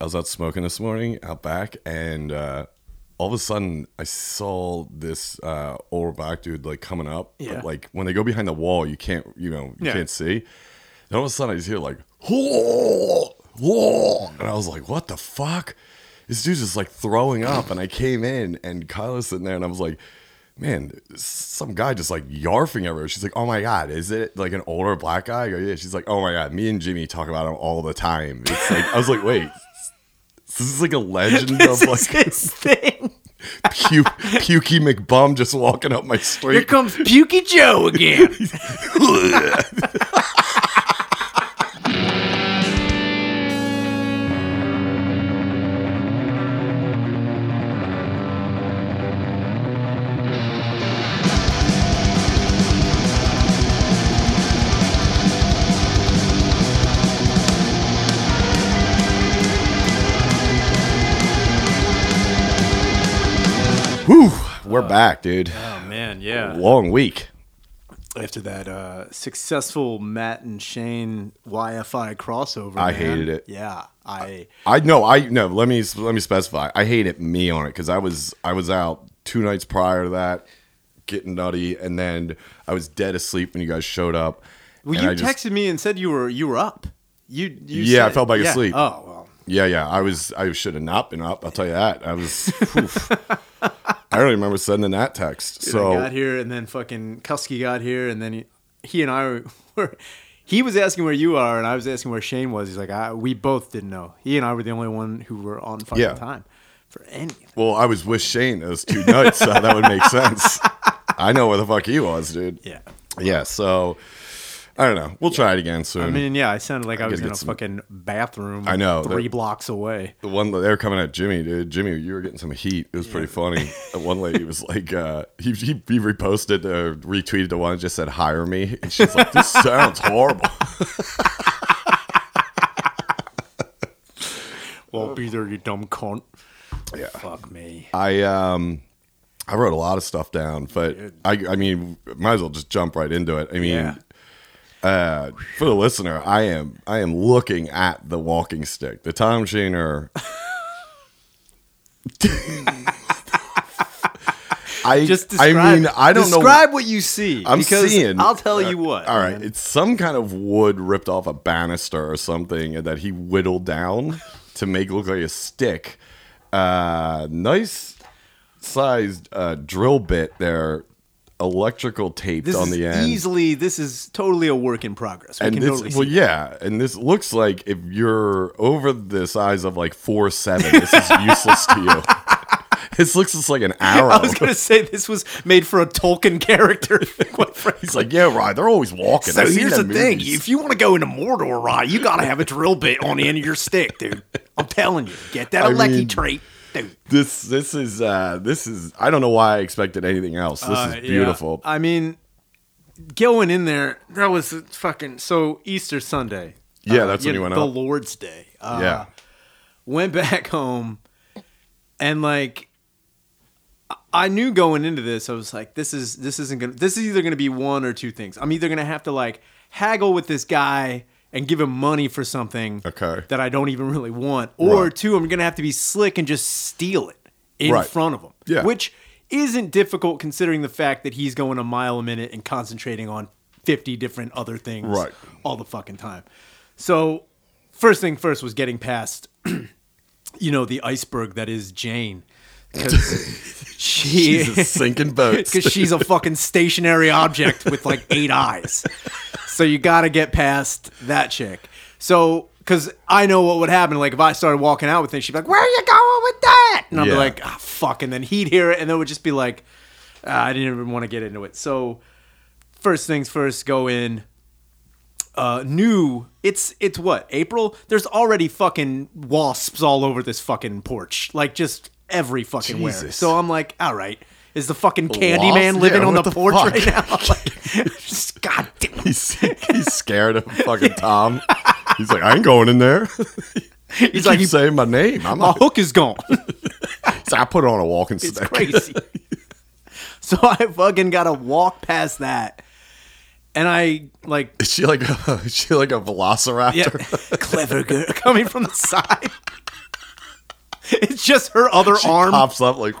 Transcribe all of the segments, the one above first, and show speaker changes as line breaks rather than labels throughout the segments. I was out smoking this morning out back, and uh, all of a sudden I saw this uh, old black dude like coming up. but,
Yeah.
like when they go behind the wall, you can't you know you
Yeah.
can't see. And all of a sudden I just hear like, "Whoa, whoa," and I was like, what the fuck? This dude's just like throwing up. And I came in and Kyla's sitting there and I was like, man, some guy just like yarfing everywhere. She's like, oh my God, is it like an older black guy? I go, yeah. She's like, oh my God, me and Jimmy talk about him all the time. It's like, I was like, wait. This is like a legend
This
of
is
like
his thing.
pu- pukey McBum just walking up my
Here
street.
comes Pukey Joe again.
Whew, we're back, dude.
oh man, yeah.
Long week.
After that uh, successful Matt and Shane YFI crossover,
I
man.
hated it.
Yeah, I
I no, I no. Let me let me specify. I hated me on it because I was I was out two nights prior to that, getting nutty, and then I was dead asleep when you guys showed up.
well,
and
you
I
texted
just-
me and said you were you were up. You, you
Yeah, I
said-
felt like asleep.
Oh well,
Yeah, yeah. I was. I should have not been up. I'll tell you that. I was. oof. I don't remember sending that text.
so
so
I got here and then fucking Kusky got here and then he, he and I were. He was asking where you are, and I was asking where Shane was. He's like, I, we both didn't know. He and I were the only one who were on fucking
Yeah.
time for any.
well, I was with Shane those two nights, so that would make sense. I know where the fuck he was, dude.
Yeah.
Yeah. So I don't know. We'll try it again soon.
I mean, yeah, I sounded like I, was
gotta
in
get
a
some-
fucking bathroom.
I know,
three
that-
blocks away.
The one they were coming at Jimmy, dude. Jimmy, you were getting some heat. It was pretty funny. The one lady was like, uh, he, he, he reposted or retweeted the one that just said, hire me. And she's like, this sounds horrible.
Well, be there, you dumb cunt.
Uh, Yeah.
Fuck me.
I, um, I wrote a lot of stuff down, but I, I mean, might as well just jump right into it. I mean,
Yeah.
uh, for the listener, I am, I am looking at the walking stick, the Tom Sheener. I
Just
I
describe.
mean, I don't know.
describe what you see.
I'm
because
seeing.
I'll tell
uh,
you what.
All right,
man.
it's some kind of wood ripped off a banister or something that he whittled down to make look like a stick. Uh, nice sized uh, drill bit there, electrical taped
This
on
is
the end.
easily. This is totally a work in progress. We
and
can
this,
totally
well,
see.
yeah, and this looks like if you're over the size of like four seven, this is useless to you. This looks just like an arrow.
I was gonna say this was made for a Tolkien character. quite frankly.
It's like, yeah, right. They're always walking.
So
I've seen
here's the
them
thing:
movies.
if you want to go into Mordor, right, you gotta have a drill bit on the end of your stick, dude. I'm telling you, get that
I
Alecky
mean,
trait, dude.
this this is uh this is I don't know why I expected anything else. This
Uh,
is beautiful.
yeah. I mean, going in there, that was fucking so Easter Sunday.
Yeah, that's when
you
you went
the
up.
Lord's Day. Uh,
Yeah.
went back home, and like, I- I knew going into this, I was like, this is this isn't gonna. This is either gonna be one or two things. I'm either gonna have to like haggle with this guy and give him money for something
Okay.
that I don't even really want, or
Right.
two, I'm gonna have to be slick and just steal it in
Right.
front of him.
Yeah.
Which isn't difficult considering the fact that he's going a mile a minute and concentrating on 50 different other things
Right.
all the fucking time. So, first thing first was getting past, you know, the iceberg that is Jane. Because she,
She's a sinking boat.
because she's a fucking stationary object with like eight eyes. So you got to get past that chick. So because I know what would happen. Like if I started walking out with it, she'd be like, "Where are you going with that?" And I'm
Yeah.
like, ah, "Fuck!" And then he'd hear it, and then it would just be like, ah, "I didn't even want to get into it." So first things first, go in. Uh, new. It's it's what April. There's already fucking wasps all over this fucking porch, like just every fucking where.
Jesus.
So I'm like, all right, is the fucking
Wasp?
Candyman living
Yeah,
on the,
what the
porch
fuck?
right now. Like, just goddamn.
he's, he's scared of fucking Tom. He's like, I ain't going in there. He's
like,
like,
he-
you saying my name. I'm
My
not,
hook is gone.
He's like, I put on a walking
It's
stick.
crazy. so I fucking gotta walk past that, and I like
Is she like a, is she like a
yeah,
velociraptor?
clever girl coming from the side. it's just her other arm.
pops up like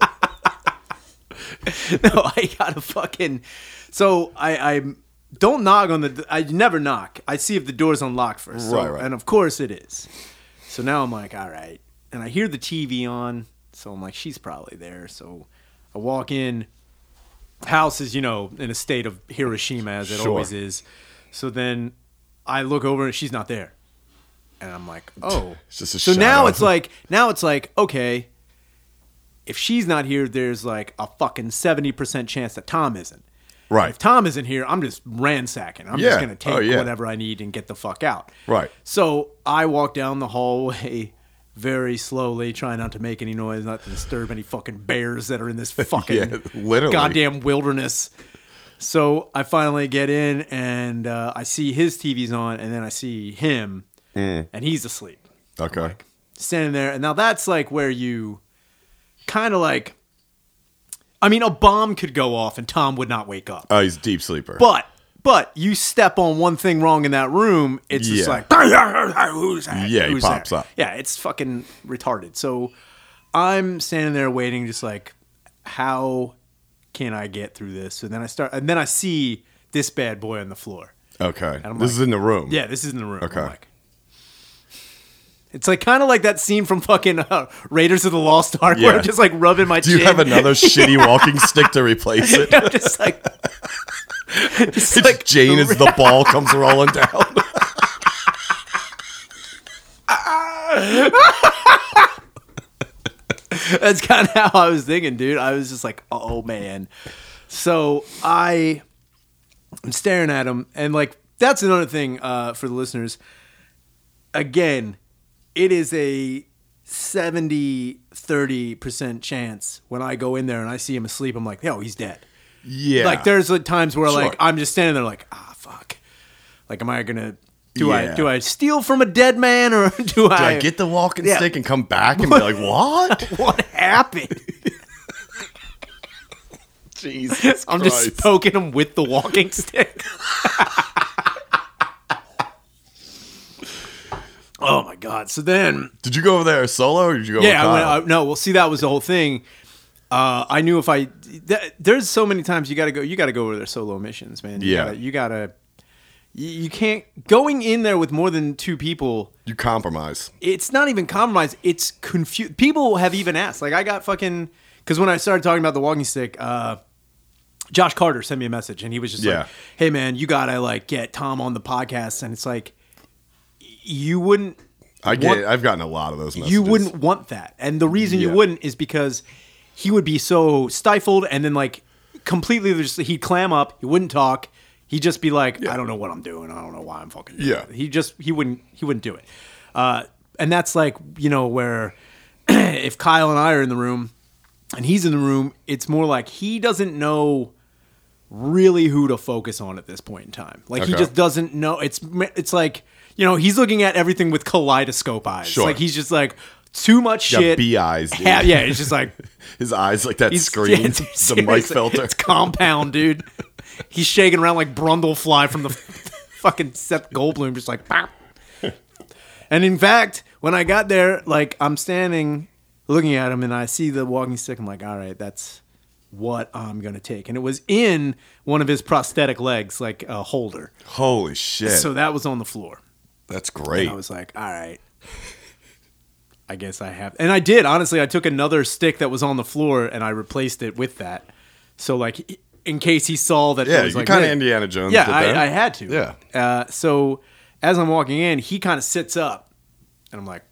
no, I gotta fucking. So I, I don't knock on the. I never knock. I see if the door's unlocked first. So-
Right, right.
And of course it is. So now I'm like, all right. And I hear the TV on, so I'm like, she's probably there. So I walk in. House is, you know, in a state of Hiroshima as it
Sure.
always is. So then I look over and she's not there. And I'm like, oh.
It's just a
so now
shadow.
it's like now it's like, okay, if she's not here, there's like a fucking 70% chance that Tom isn't.
right,
If Tom isn't here, I'm just ransacking. I'm
Yeah.
just going to take
Oh, yeah.
whatever I need and get the fuck out.
Right.
So I walk down the hallway very slowly, trying not to make any noise, not to disturb any fucking bears that are in this fucking
Yeah, literally.
goddamn wilderness. So I finally get in and uh, I see his TV's on, and then I see him, and he's asleep
okay,
standing there. And now that's like where you kind of like, I mean, a bomb could go off and Tom would not wake up.
oh, he's a deep sleeper.
But but you step on one thing wrong in that room, it's just
Yeah.
like who's that?
Yeah, he
Who's
pops
that?"
up.
Yeah, it's fucking retarded. So I'm standing there waiting, just like how can I get through this? And then I start, and then I see this bad boy on the floor.
okay,
I'm
this
like-
is in the room.
Yeah, this is in the room. I'm
Okay.
like- it's like kind of like that scene from fucking uh, Raiders of the Lost Ark where
Yeah.
I'm just like rubbing my
Do you
chin.
have another shitty walking stick to replace it?
I'm just like, just
It's Jane as the ball comes rolling down.
That's kind of how I was thinking, dude. I was just like, oh man. So I am staring at him, and like that's another thing uh, for the listeners. Again, it is a 70 30% chance when I go in there and I see him asleep, I'm like, yo, he's dead.
yeah,
Like there's like times where
Sure.
like I'm just standing there like, ah fuck. Like am I gonna do I
Yeah.
do I steal from a dead man or do,
Do
I
I get the walking
Yeah.
stick and come back and be like, what?
what happened?
Jesus
I'm just poking him with the walking stick. oh my god! So then,
Did you go over there solo or did you go
yeah, I
with
went,
Kyle?
I, no. Well, see, that was the whole thing. Uh, I knew if I th- there's so many times you gotta go, you gotta go over their solo missions, man. You
Yeah.
gotta, you gotta, you, you can't going in there with more than two people.
You compromise.
It's not even compromise. It's confused. People have even asked. Like I got fucking because when I started talking about the walking stick. uh Josh Carter sent me a message and he was just
Yeah.
like, "Hey man, you gotta like get Tom on the podcast." And it's like, y- you wouldn't,
I get
What-
it. I've gotten a lot of those messages.
you wouldn't want that, and the reason
Yeah.
you wouldn't is because he would be so stifled and then like completely just he'd clam up, he wouldn't talk, he'd just be like, "I don't know what I'm doing, I don't know why I'm fucking." Doing
Yeah.
it." he just he wouldn't he wouldn't do it, uh, and that's like you know where if Kyle and I are in the room and he's in the room, it's more like he doesn't know really who to focus on at this point in time. Like he
Okay.
just doesn't know. It's it's like you know he's looking at everything with kaleidoscope eyes.
Sure.
Like he's just like too much
got
shit.
bee eyes, dude.
Ha- yeah, it's just like
His eyes like that
he's
screen,
yeah, dude,
the mic
seriously,
filter.
It's compound, dude. he's shaking around like Brundlefly from the fucking Seth Goldblum, just like. "Pop." And in fact, when I got there, like I'm standing looking at him and I see the walking stick. I'm like, all right, that's what I'm going to take. And it was in one of his prosthetic legs, like a holder.
Holy shit.
So that was on the floor.
That's great.
I was like, all right. I guess I have. And I did, honestly. I took another stick that was on the floor and I replaced it with that. So, like, in case he saw that, it
yeah,
was
you
like,
kind of
really-
Indiana Jones.
yeah,
did that.
I, I had to.
Yeah.
Uh, so as I'm walking in, he kind of sits up, and I'm like,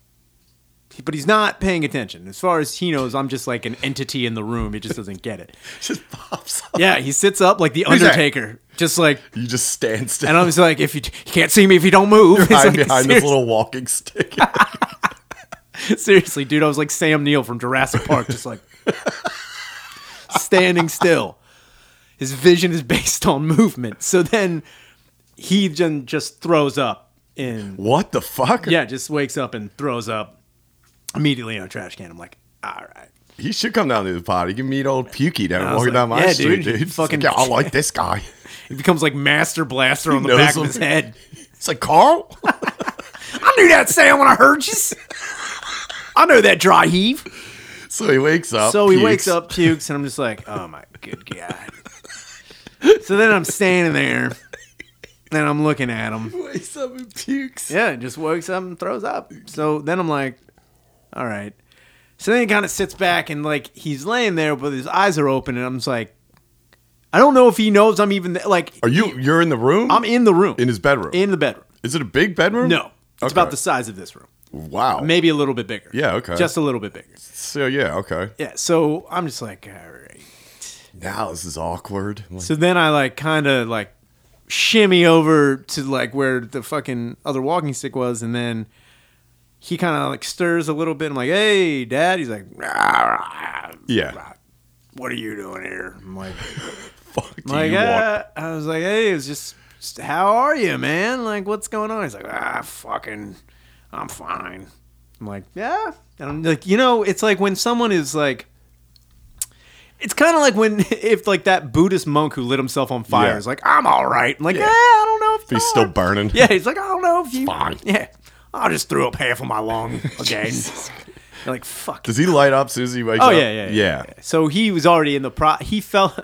but he's not paying attention. As far as he knows, I'm just like an entity in the room. He just doesn't get it.
just pops up.
Yeah, he sits up like the
Who's that?
Undertaker, just like.
You just stand still
And I'm just like, if you, you can't see me if you don't move, It's
hide
like,
behind this little walking stick.
Seriously, dude, I was like Sam Neill from Jurassic Park, just like standing still. His vision is based on movement. So then he then just throws up in
what the fuck?
yeah, just wakes up and throws up immediately in a trash can. I'm like, all right.
He should come down to the pod. He can meet old Pukey down
I was
walking
like,
down my
yeah,
street,
dude, he
dude. It's
fucking-
like, yeah, I like this guy.
He becomes like Master Blaster on the
knows
back
him.
of his head.
It's like Carl.
I knew that Sam when I heard you. I know that dry heave.
So he wakes up.
So he
pukes.
wakes up, pukes, and I'm just like, oh my good God. so then I'm standing there and I'm looking at him.
Wakes up and pukes.
Yeah, just wakes up and throws up. So then I'm like, all right. So then he kind of sits back and like he's laying there, but his eyes are open, and I'm just like, I don't know if he knows I'm even there. like
Are you? You're in the room.
I'm in the room,
in his bedroom.
in the bedroom.
Is it a big bedroom?
No, it's
Okay.
about the size of this room,
Wow.
maybe a little bit bigger.
Yeah, okay.
just a little bit bigger.
so yeah. Okay.
Yeah. So I'm just like, all right.
Now this is awkward. I'm like,
So then I like kind of like shimmy over to like where the fucking other walking stick was, and then he kind of like stirs a little bit. I'm like, "Hey, Dad." He's like, "Ah,
yeah.
"What are you doing here?" I'm like,
Fuck. Do
like
you want-
uh, I was like, "Hey, it's just, just how are you, man? Like, what's going on?" He's like, "Ah, fucking, I'm fine." I'm like, "Yeah," and I'm like, you know, it's like when someone is like. It's kind of like when if like that Buddhist monk who lit himself on fire
Yeah.
is like, "I'm all right." I'm like,
Yeah.
"Yeah, I don't know
He's
if you
still
are."
burning.
Yeah, he's like, "I don't know if you."
fine.
Yeah, I just threw up half of my lung again. You're like, "Fuck."
Does he light up Susie wakes
Oh
up?
yeah, yeah, yeah, yeah. So he was already in the pro. He fell.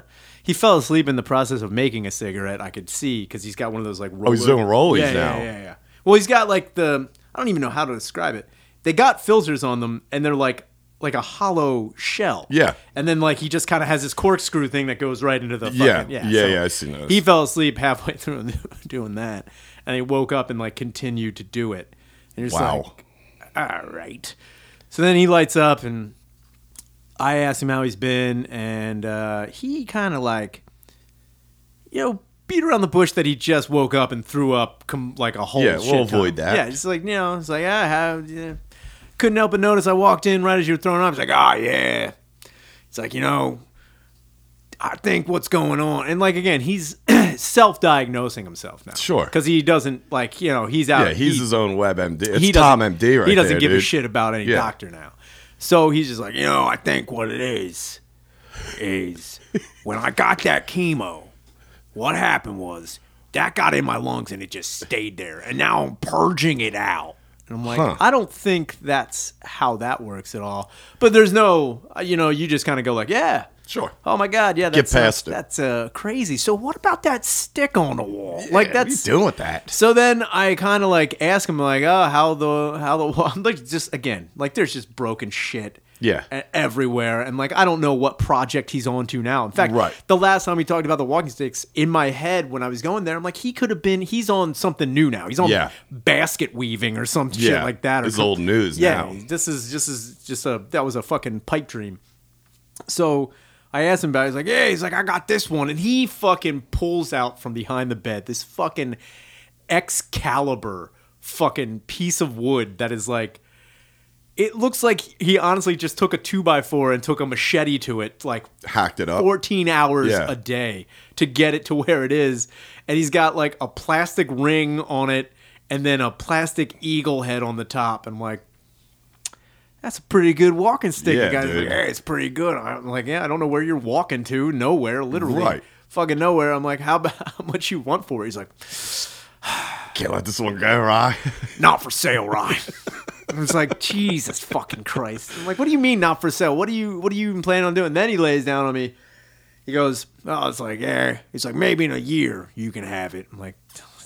He fell asleep in the process of making a cigarette. I could see because he's got one of those like. Roller,
Oh, he's doing rollies
yeah,
now.
Yeah, yeah, yeah. Well, he's got like the. I don't even know how to describe it. They got filters on them, and they're like like a hollow shell.
Yeah.
And then like he just kind of has this corkscrew thing that goes right into the. Fucking,
Yeah,
yeah.
yeah, yeah, I seen those.
He fell asleep halfway through doing that, and he woke up and like continued to do it. And you're just
Wow.
like, all right. So then he lights up, and I asked him how he's been, and uh, he kind of like, you know, beat around the bush that he just woke up and threw up com- like a whole.
Yeah, we'll
shit ton.
avoid that.
Yeah, it's like you know, it's like ah, how, yeah. couldn't help but notice I walked in right as you were throwing up. It's like ah, yeah. It's like you know, I think what's going on, and like again, he's self-diagnosing himself now.
Sure.
because he doesn't like you know he's out.
Yeah, he's
he-
his own WebMD. It's
he
Tom
doesn't-
MD right
He doesn't
there,
give a
dude.
shit about any
Yeah.
doctor now. So he's just like, you know, I think what it is is when I got that chemo, what happened was that got in my lungs and it just stayed there, and now I'm purging it out. And I'm like,
Huh.
I don't think that's how that works at all. But there's no, uh, you know, you just kind of go like, yeah,
Sure.
Oh my God, yeah, that's
past it.
That's uh, crazy. So what about that stick on the wall?
Yeah, what
like
are
that's
you doing with that?
so then I kind of like ask him like, oh, how the how the I'm like just again like there's just broken shit
Yeah.
e- everywhere and like I don't know what project he's on to now. In fact,
Right.
the last time we talked about the walking sticks in my head when I was going there, I'm like he could have been he's on something new now. He's on
Yeah.
basket weaving or some shit
Yeah,
like that. Or
it's
some-
old news
Yeah,
now.
this is this is just a that was a fucking pipe dream. So I asked him about it. He's like, yeah, he's like, I got this one. And he fucking pulls out from behind the bed this fucking Excalibur fucking piece of wood that is like, it looks like he honestly just took a two by four and took a machete to it, like
Hacked it up.
14 hours
Yeah.
a day to get it to where it is. And he's got like a plastic ring on it and then a plastic eagle head on the top. And I'm like, that's a pretty good walking stick.
Yeah,
you guys
dude.
like, hey, it's pretty good. I'm like, yeah, I don't know where you're walking to. Nowhere, literally.
Right.
Fucking nowhere. I'm like, how, about, how much you want for it? He's like,
Can't let this one go, right?
not for sale, Ryan. I was like, Jesus fucking Christ. I'm like, what do you mean not for sale? What do you what do you even plan on doing? Then he lays down on me. He goes, Oh, it's like, eh. He's like, maybe in a year you can have it. I'm like,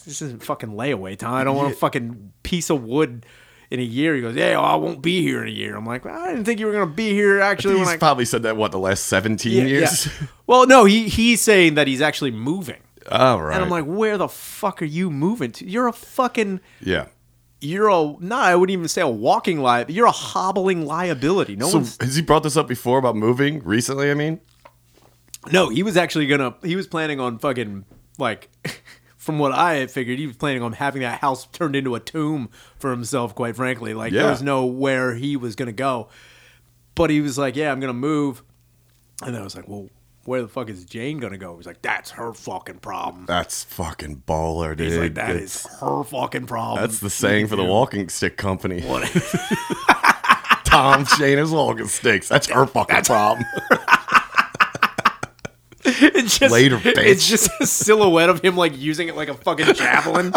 this isn't fucking layaway time. I don't want a fucking piece of wood in a year. He goes, Yeah, well, I won't be here in a year. I'm like, well, I didn't think you were gonna be here actually when
He's
I
probably said that what the last seventeen
Yeah,
years.
yeah. Well, no, he he's saying that he's actually moving.
All right.
And I'm like, where the fuck are you moving to? You're a fucking
yeah.
you're a no, I wouldn't even say a walking lie. You're a hobbling liability. No
So
one's
has he brought this up before about moving recently? I mean,
no. He was actually gonna. He was planning on fucking like, from what I had figured, he was planning on having that house turned into a tomb for himself. Quite frankly, like
Yeah.
there was no where he was gonna go. But he was like, yeah, I'm gonna move. And I was like, well, where the fuck is Jane gonna go? He's like, that's her fucking problem.
that's fucking baller, dude.
He's like, that
That's-
is her fucking problem.
That's the saying for the walking stick company. Tom Shana's walking sticks. That's her fucking problem.
It's just
Later, bitch.
It's just a silhouette of him like using it like a fucking javelin.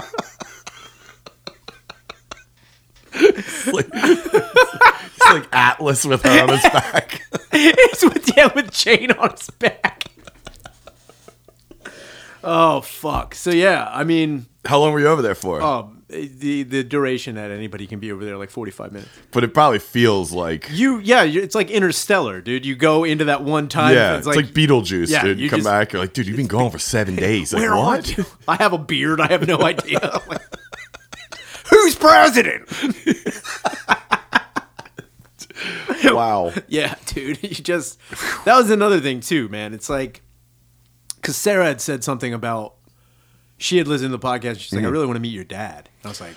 Like, It's like Atlas with her on his back.
it's with yeah, with Jane on his back. oh fuck. So yeah, I mean,
How long were you over there for?
um, the the duration that anybody can be over there like forty five minutes.
But it probably feels like
You yeah, you it's like Interstellar, dude. You go into that one time.
yeah,
it's like,
Beetlejuice,
yeah,
dude.
you
You come
just-
back, you're like, dude, you've been gone for seven days. Like,
where are
what?
you? I have a beard. I have no idea. Like, Who's president?
Wow.
Yeah, dude. You just that was another thing too, man. It's like because Sarah had said something about she had listened to the podcast. She's like, I really want to meet your dad. And I was like,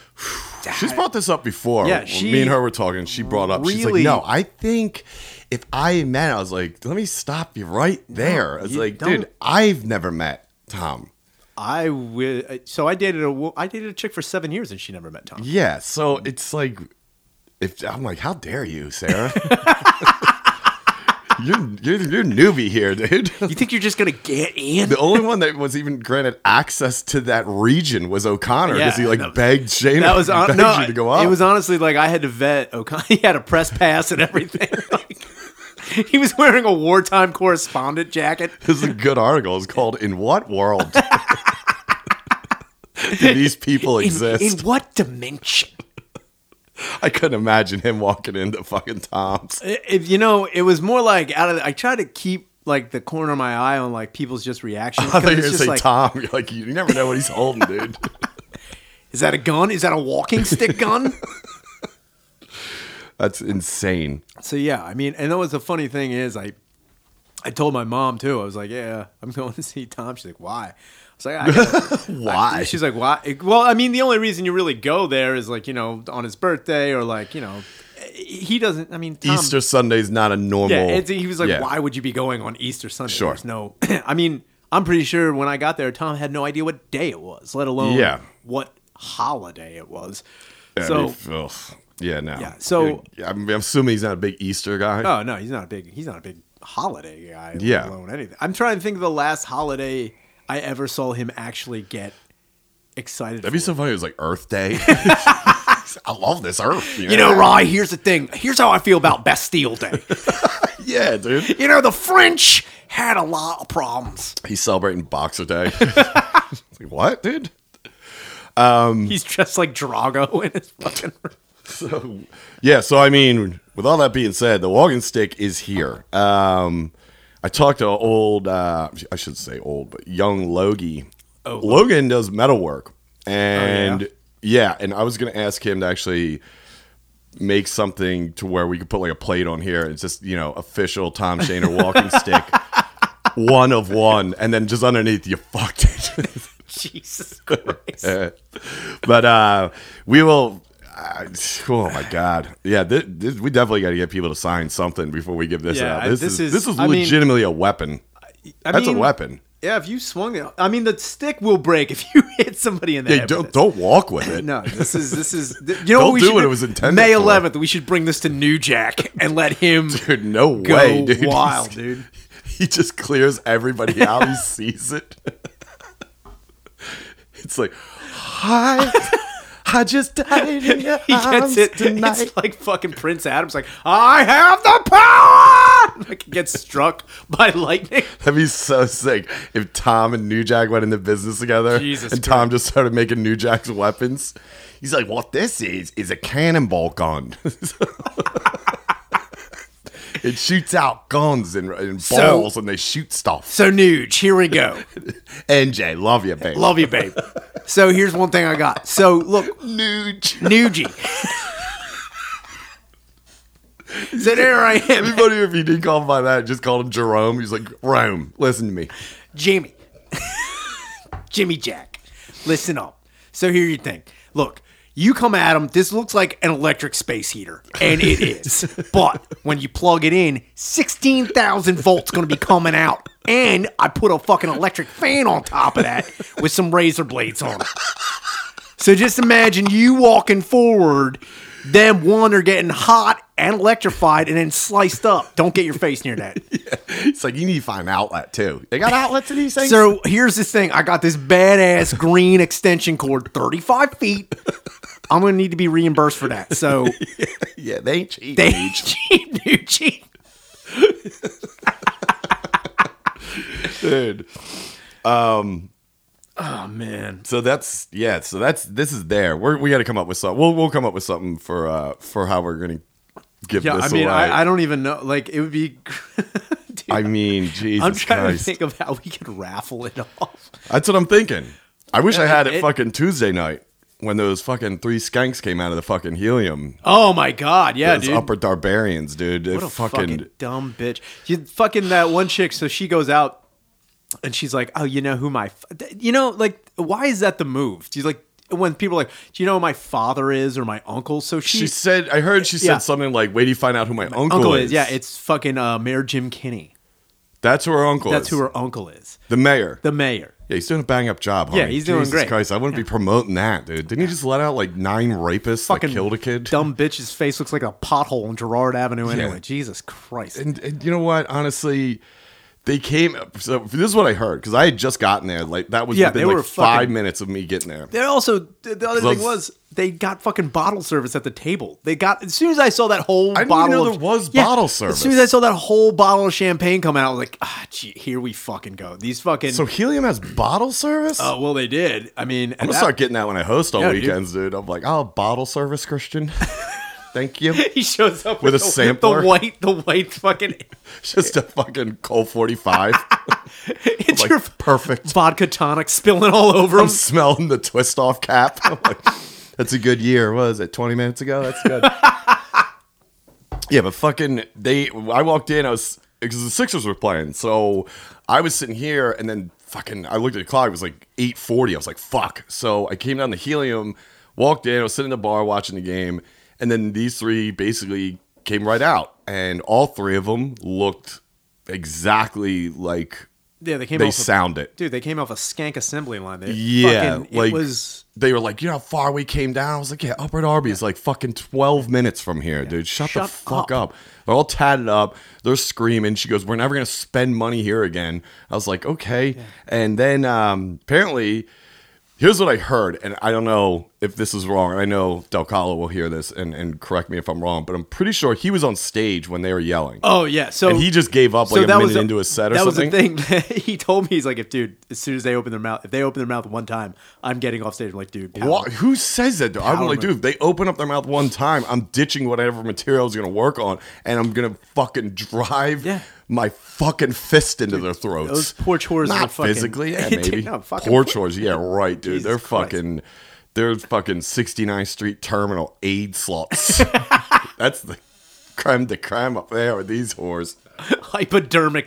She's brought this up before.
Yeah,
When
she
me and her were talking. She brought up. She's like,
really-
no, I think if I met, I was like, let me stop you right there. I was
you
like,
don't-
dude, I've never met Tom.
I will. So I dated a wo- I dated a chick for seven years and she never met Tom.
Yeah, so it's like, if I'm like, how dare you, Sarah? you're, you're you're newbie here, dude.
You think you're just gonna get in?
The only one that was even granted access to that region was O'Connor because
Yeah,
he like
that-
begged Shane
That was on,
begged
no.
you to go up.
It was honestly like I had to vet. O'Connor he had a press pass and everything. Like, he was wearing a wartime correspondent jacket.
This is a good article. It's called "In What World Do These People
In,
Exist?"
in what dimension?
I couldn't imagine him walking into fucking Tom's.
If you know, it was more like out of. The, I try to keep like the corner of my eye on like people's just reactions.
I
'cause
thought you were
it's
gonna
just
say
like,
Tom. You're like, you never know what he's holding, dude.
is that a gun? Is that a walking stick gun?
That's insane.
so yeah, I mean, and that was the funny thing is I, I told my mom too. I was like, yeah, I'm going to see Tom. She's like, why? I was like, I gotta-
Why?
She's like, why? Well, I mean, the only reason you really go there is like you know on his birthday or like you know, he doesn't. I mean, Tom,
Easter Sunday's not a normal.
Yeah, it's, he was like,
Yeah.
"Why would you be going on Easter Sunday?"
Sure.
There's no. I mean, I'm pretty sure when I got there, Tom had no idea what day it was, let alone
Yeah.
what holiday it was.
Yeah,
so,
if- ugh. yeah, no.
Yeah, so-
I mean, I'm assuming he's not a big Easter guy.
oh no, he's not a big he's not a big holiday guy.
Yeah.
let alone anything. I'm trying to think of the last holiday I ever saw him actually get excited.
That'd be
for.
so funny. It was like Earth Day. I love this Earth.
you know, Rye. Here's the thing. Here's how I feel about Bastille Day.
Yeah, dude.
you know, the French had a lot of problems.
He's celebrating Boxer Day. It's like, what, dude? Mm.
He's dressed like Drago in his fucking.
So, yeah. So, I mean, with all that being said, the walking stick is here. Um, I talked to old, uh, I should say old, but young Logie.
Oh.
Logan does metal work, and
yeah?
yeah. and I was gonna ask him to actually make something to where we could put like a plate on here. It's just you know official Tom Shaner walking stick, one of one, and then just underneath you fucked it.
Jesus Christ.
but uh, we will. Uh, oh my god! Yeah, this, this, we definitely got to get people to sign something before we give this
Yeah,
out. This,
this
is,
is-
this is
I mean-
legitimately a weapon.
I
That's
mean,
a weapon.
Yeah, if you swung it, I mean the stick will break if you hit somebody in the
Hey,
head.
don't
with it.
don't walk with it.
No, this is this is. th- You know what
Don't
we
do
should
what it was intended
May
for.
11th, we should bring this to New Jack and let him
Dude, no
go
way, dude. He's-
wild, dude.
He just clears everybody out. He sees it. It's like, hi, I just died in your
He gets
arms
it.
tonight.
It's like fucking Prince Adam's, like I have the power. Like he gets struck by lightning.
That'd be so sick if Tom and New Jack went into business together,
Jesus
and Tom just started making New Jack's weapons. He's like, "What this is is a cannonball gun. it shoots out guns and, and
So-
balls, and they shoot stuff."
So Nuge, here we go.
NJ, love you, babe.
Love you, babe. So here's one thing I got. So look,
Nuge.
Nugie. so there I am.
It'd be funny if he didn't call him by that. Just called him Jerome. He's like, Rome, listen to me.
Jimmy. Jimmy Jack. Listen up. So here's your thing. Look, you come at him. This looks like an electric space heater, and it is. But when you plug it in, 16,000 volts going to be coming out. And I put a fucking electric fan on top of that with some razor blades on it. So just imagine you walking forward them one are getting hot and electrified and then sliced up. Don't get your face near that.
It's like you need to find an outlet too. They got outlets in these things.
So here's this thing. I got this badass green extension cord, 35 feet. I'm gonna need to be reimbursed for that. So
yeah, they ain't cheap.
they cheap, new cheap.
dude.
Oh man.
So that's yeah. So that's this is there. We're, we got to come up with something. We'll we'll come up with something for uh for how we're gonna give
Yeah,
this
I mean,
away.
I, I don't even know. Like, it would be. Dude,
I mean, Jesus
I'm trying
Christ.
to think of how we could raffle it off.
That's what I'm thinking. I wish I had it,
it-
fucking Tuesday night when those fucking three skanks came out of the fucking helium.
Oh my god, yeah,
those
dude.
upper barbarians, dude. They
what a
fucking,
fucking, dumb bitch. You fucking that one chick. So she goes out, and she's like, "Oh, you know who my, f- th- you know, like, why is that the move?" She's like, when people are like, "Do you know who my father is or my uncle?" So she,
She said, I heard she said
Yeah.
something like, "Wait, till you find out who my uncle,
uncle
is.
is. yeah, it's fucking uh, Mayor Jim Kinney.
that's who her uncle
That's
is.
who her uncle is,
the mayor.
the mayor.
yeah, he's doing a bang up job.
Yeah,
homie.
he's doing
Jesus
great.
Christ, I wouldn't be promoting that, dude. Didn't he just let out like nine rapists that
Fucking
killed a kid?
Dumb bitch's face looks like a pothole on Gerard Avenue. Anyway,
Yeah.
Jesus Christ.
and, and you know what? Honestly, they came. So this is what I heard because I had just gotten there. Like that was
Yeah,
within
they
like
were
five
fucking-
minutes of me getting there.
They also the the other
Love-
thing was they got fucking bottle service at the table. They got as soon as I saw that whole
I didn't even
bottle
know
of,
there was bottle service.
As soon as I saw that whole bottle of champagne come out, I was like, ah, gee, here we fucking go. These fucking
So helium has bottle service.
uh, well they did. I mean,
I'm gonna start getting that when I host on
Yeah, dude.
weekends, dude. I'm like, oh, bottle service, Christian. Thank you.
he shows up
With
with,
a
the,
sampler?
the white, the white fucking.
Just a fucking Colt 45.
It's
like
your
perfect.
vodka tonic spilling all over
I'm
him.
smelling the twist off cap. I'm like, That's a good year. What is it? 20 minutes ago? That's good. yeah, but fucking they I walked in, I was because the Sixers were playing. So I was sitting here and then fucking I looked at the clock, it was like 840. I was like, fuck. So I came down the helium, walked in, I was sitting in the bar watching the game, and then these three basically came right out. And all three of them looked exactly like
Yeah, they came.
they
off a-
sound it.
dude, they came off a skank assembly line. They
Yeah,
fucking,
like-
it was.
they were like, you know how far we came down? I was like, yeah, Upper Arby is like fucking 12 minutes from here, dude. Shut, the
Shut
fuck up.
up.
They're all tatted up. They're screaming. She goes, we're never going to spend money here again. I was like, okay. And then um, apparently, here's what I heard. And I don't know if this is wrong. And I know Del Calo will hear this and, and correct me if I'm wrong, but I'm pretty sure he was on stage when they were yelling.
Oh yeah, so
and he just gave up like a minute
the-
into his set or
that
something.
was the thing. he told me he's like, if dude, as soon as they open their mouth, if they open their mouth one time, I'm getting off stage. I'm like, dude, power.
Why, who says that? Though? I'm like,
Empowerment.
dude, if they open up their mouth one time, I'm ditching whatever material I was going to work on, and I'm going to fucking drive
Yeah.
my fucking fist into their throats.
those poor chores were
Not
fucking-
physically, yeah,
They did-
maybe.
no, fucking
poor
poor-
chores, yeah, right, dude.
Jesus
they're
Christ.
fucking, they're fucking 69th Street Terminal aid slots. That's the creme de creme up there with these whores.
hypodermic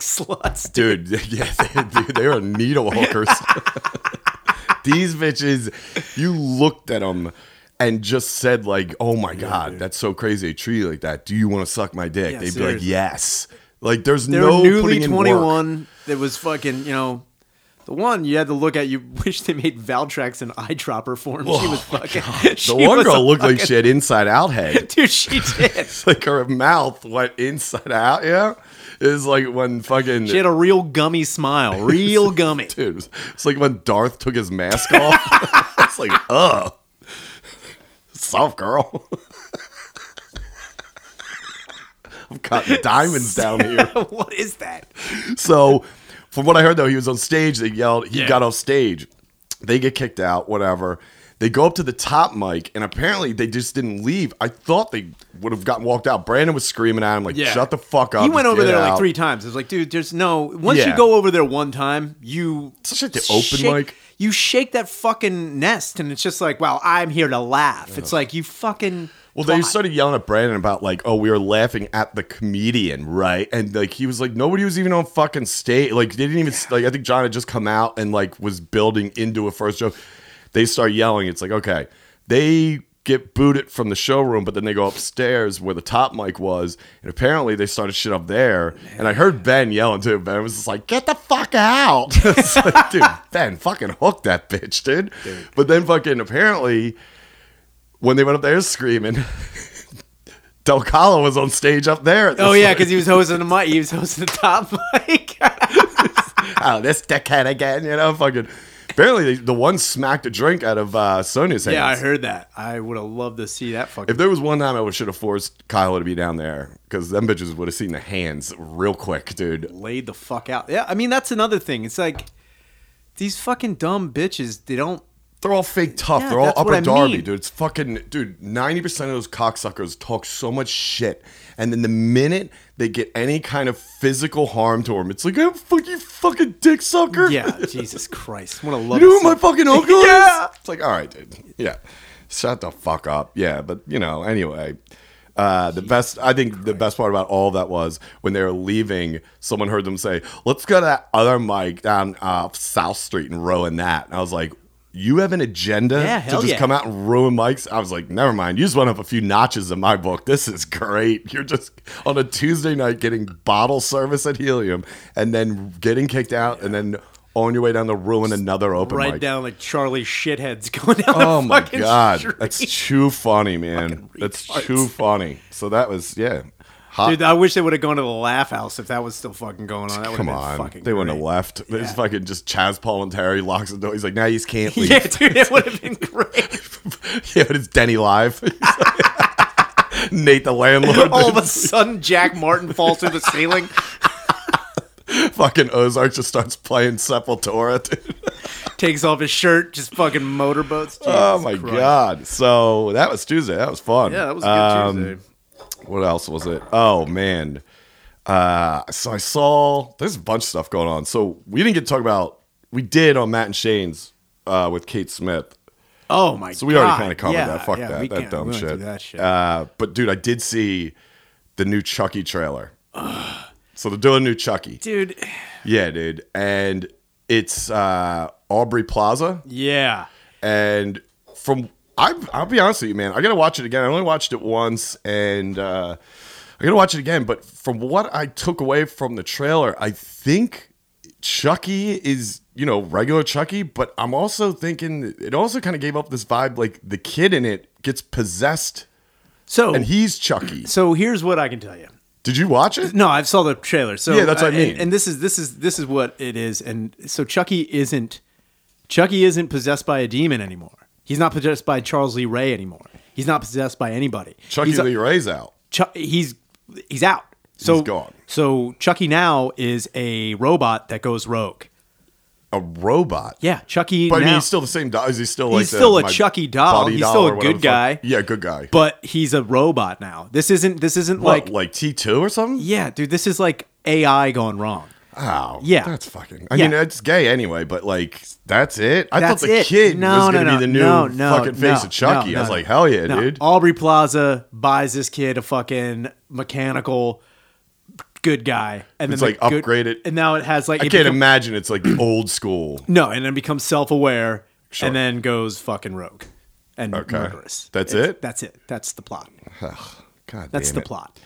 sluts.
Dude, yeah, they, dude, they were needle hookers. These bitches, you looked at them and just said like, "Oh my god, that's so crazy! A tree like that. Do you want to suck my dick?"
Yeah,
They'd be like,
seriously.
"Yes." Like, there's
They
no
were newly
putting in work.
21. That was fucking, you know, the one you had to look at. You wish they made Valtrax an eyedropper for him. she was fucking. she
Oh The one
was a
girl looked like
fucking-
she had inside out head.
Dude, she did.
It's like her mouth went inside out. Yeah, it's like when fucking
She had a real gummy smile. Real gummy.
dude. It's, it's like when Darth took his mask off. it's like, ugh. Soft girl. I'm cutting diamonds down here.
what is that?
So, from what I heard, though, he was on stage. They yelled, he
Yeah.
got off stage. They get kicked out, whatever. They go up to the top mic, and apparently they just didn't leave. I thought they would have gotten walked out. Brandon was screaming at him, like,
Yeah.
shut the fuck up.
He went
just
over
get
there like
out."
three times. It was like, dude, there's no. Once
Yeah.
you go over there one time, you
Such like the open
shake-
mic.
You shake that fucking nest, and it's just like, wow, I'm here to laugh. It's like you fucking.
Well, they
twat.
started yelling at Brandon about like, oh, we were laughing at the comedian, right? And like he was like, nobody was even on fucking stage. Like they didn't even like. I think John had just come out and like was building into a first joke. They start yelling. It's like okay, they get booted from the showroom, but then they go upstairs where the top mic was, and apparently they started shit up there. And I heard Ben yelling too. Ben was just like, get the fuck out, It's like, dude. Ben fucking hooked that bitch, dude. But then fucking apparently when they went up there screaming, Del Cala was on stage up there. at the
Oh yeah,
stage.
because he was hosting the mic. He was hosting the top mic.
oh, this dickhead again, you know, fucking. Apparently, the, the one smacked a drink out of uh, Sonia's hands.
yeah, I heard that. I would have loved to see that fucking.
If there was one time I should have forced Kyla to be down there, because them bitches would have seen the hands real quick, dude.
laid the fuck out. Yeah, I mean that's another thing. It's like these fucking dumb bitches. They don't.
They're all fake tough.
Yeah,
They're all
that's what
upper
I
Darby,
mean.
dude. It's fucking, dude, 90% of those cocksuckers talk so much shit. And then the minute they get any kind of physical harm to them, it's like, oh, fuck you, fucking dick sucker.
Yeah, Jesus Christ, what a
You
love.
know who my fucking uncle
Yeah.
is? It's like, all right, dude. Yeah. Shut the fuck up. Yeah, but you know, anyway. Uh, the best, I think, the best part about all that was when they were leaving. Someone heard them say, "Let's go to that other mic down uh, South Street and ruin that." And I was like, "You have an agenda
Yeah,
to
hell
just
yeah.
come out and ruin mics?" I was like, "Never mind. You just went up a few notches in my book. This is great. You're just on a Tuesday night getting bottle service at Helium, and then getting kicked out, and then on your way down to ruin another open
right
mic."
down like Charlie shitheads going down.
Oh
the
my
fucking
god,
Street.
that's too funny, man. That's too funny. So that was yeah, hot.
Dude, I wish they would have gone to the Laugh House if that was still fucking going on. That would have
Come
been
on,
fucking.
they wouldn't have
great.
left. It's fucking just Chaz Paul and Terry locks the door. He's like, now you can't leave.
Yeah, dude, it would have been great.
yeah, but it's Denny live. Nate the landlord,
All of a sudden, Jack Martin falls through the ceiling.
fucking Ozark just starts playing Sepultura. Dude.
takes off his shirt, just fucking motorboats. Jesus
Oh my
Christ.
god! So that was Tuesday. That was fun.
Yeah, that was a good
Um,
Tuesday.
What else was it? Oh man. Uh so I saw there's a bunch of stuff going on. So we didn't get to talk about we did on Matt and Shane's uh with Kate Smith.
Oh my god.
So we already kind of covered
yeah,
that. Fuck
yeah, we
that. That
can't-
dumb
we went
shit.
through that shit.
Uh but dude, I did see the new Chucky trailer. so they're doing a new Chucky.
dude.
Yeah, dude. And it's uh Aubrey Plaza.
Yeah.
And from I, I'll be honest with you, man. I gotta watch it again. I only watched it once, and uh, I gotta watch it again. But from what I took away from the trailer, I think Chucky is you know regular Chucky, but I'm also thinking it also kind of gave up this vibe like the kid in it gets possessed
So
and he's Chucky.
so here's what I can tell you.
Did you watch it?
No, I saw the trailer. So
Yeah, that's what I
uh, and-
mean.
And, this is this is this is what it is. And so Chucky isn't Chucky isn't possessed by a demon anymore. He's not possessed by Charles Lee Ray anymore. He's not possessed by anybody.
Chucky
he's,
Lee Ray's out.
Chuck, he's he's out. So
He's gone.
So Chucky now is a robot that goes rogue.
A robot.
Yeah, Chucky.
But I
now,
mean, he's still the same doll. Is he still like
He's
the-
still a
my
Chucky doll.
body
He's still
or
a
whatever
good
the fuck-
guy.
Yeah, good guy.
but he's a robot now. This isn't. This isn't
What,
like.
like T two or something?
Yeah, dude. This is like AI gone wrong.
Oh,
Yeah.
that's fucking. I
Yeah.
mean, it's gay anyway, but like, that's it. I
That's
thought the
it.
kid
no,
was
no,
gonna
no,
be the new
no, no,
fucking face
no,
of Chucky.
no,
I was
no,
like, hell yeah,
no. Oh,
dude.
Aubrey Plaza buys this kid a fucking mechanical good guy, and
It's
then
like
the good-
upgraded.
and now it has like
I
it
can't
become-
imagine it's like the old school.
no, and then becomes self aware,
Sure.
and then goes fucking rogue and
Okay.
murderous.
That's
It's-
it?
That's it. That's the plot.
God,
That's
damn
the
it.
plot.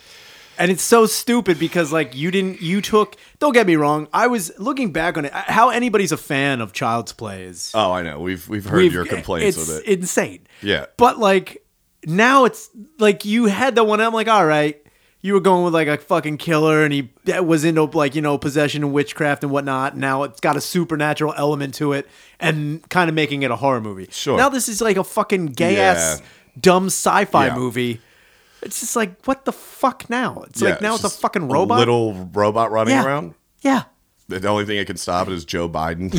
And it's so stupid because like you didn't you took don't get me wrong, I was looking back on it how anybody's a fan of Child's Play is
Oh, I know. We've we've heard
we've-
your complaints
it's
with it.
insane.
Yeah.
But like now it's like you had the one I'm like all right, you were going with like a fucking killer and he was into like, you know, possession and witchcraft and whatnot. Now it's got a supernatural element to it and kind of making it a horror movie.
Sure.
Now this is like a fucking gay ass
Yeah.
dumb sci-fi
Yeah.
movie. It's just like what the fuck now? It's
Yeah,
like now it's, a
just
fucking robot.
little robot running
yeah.
around.
Yeah.
The the only thing that can stop it is Joe Biden.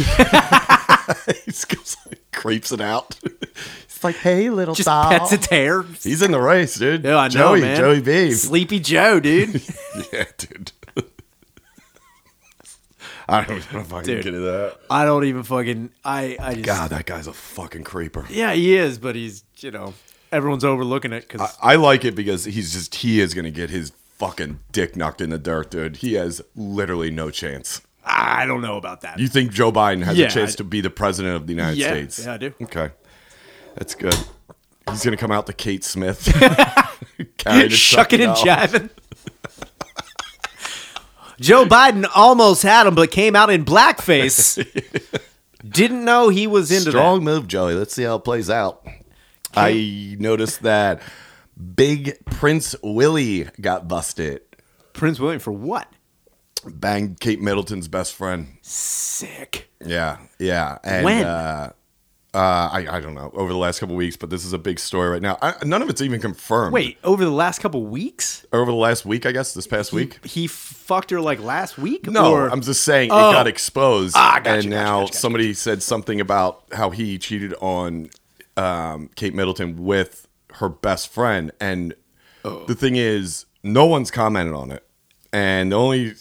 he just goes, like, creeps it out. It's like, hey, little
Just
doll.
pets its hair.
He's in the race, dude.
Yeah, I
Joey,
know, man.
Joey B.
Sleepy Joe, dude.
Yeah, dude. I don't know if I can
Dude.
get into that.
I don't even fucking I I just
God, that guy's a fucking creeper.
Yeah, he is, but he's, you know, everyone's overlooking it cuz
I like it because he's just he is gonna get his fucking dick knocked in the dirt, dude. He has literally no chance.
I, don't know about that.
You think Joe Biden has
Yeah,
a chance
I-
to be the president of the United
Yeah,
States?
yeah, I do.
Okay, that's good. He's gonna come out to Kate Smith, carrying his
Shucking
Chucky
and
doll.
jiving. Joe Biden almost had him but came out in blackface. Didn't know he was into
Strong move, Joey. Let's see how it plays out.
that.
I noticed that Big Prince Willie got busted.
Prince William for what?
Banged Kate Middleton's best friend.
Sick.
Yeah, yeah. And,
When?
Uh, uh, I, I don't know. Over the last couple weeks, but this is a big story right now. I, none of it's even confirmed.
Wait, over the last couple weeks,
Over the last week, I guess, this past week?
he fucked her like last week.
No,
or,
I'm just saying
Oh.
it got exposed,
Ah, gotcha,
and
gotcha,
now
gotcha, gotcha.
somebody said something about how he cheated on um, Kate Middleton with her best friend, and
Oh.
the thing is, no one's commented on it, and the only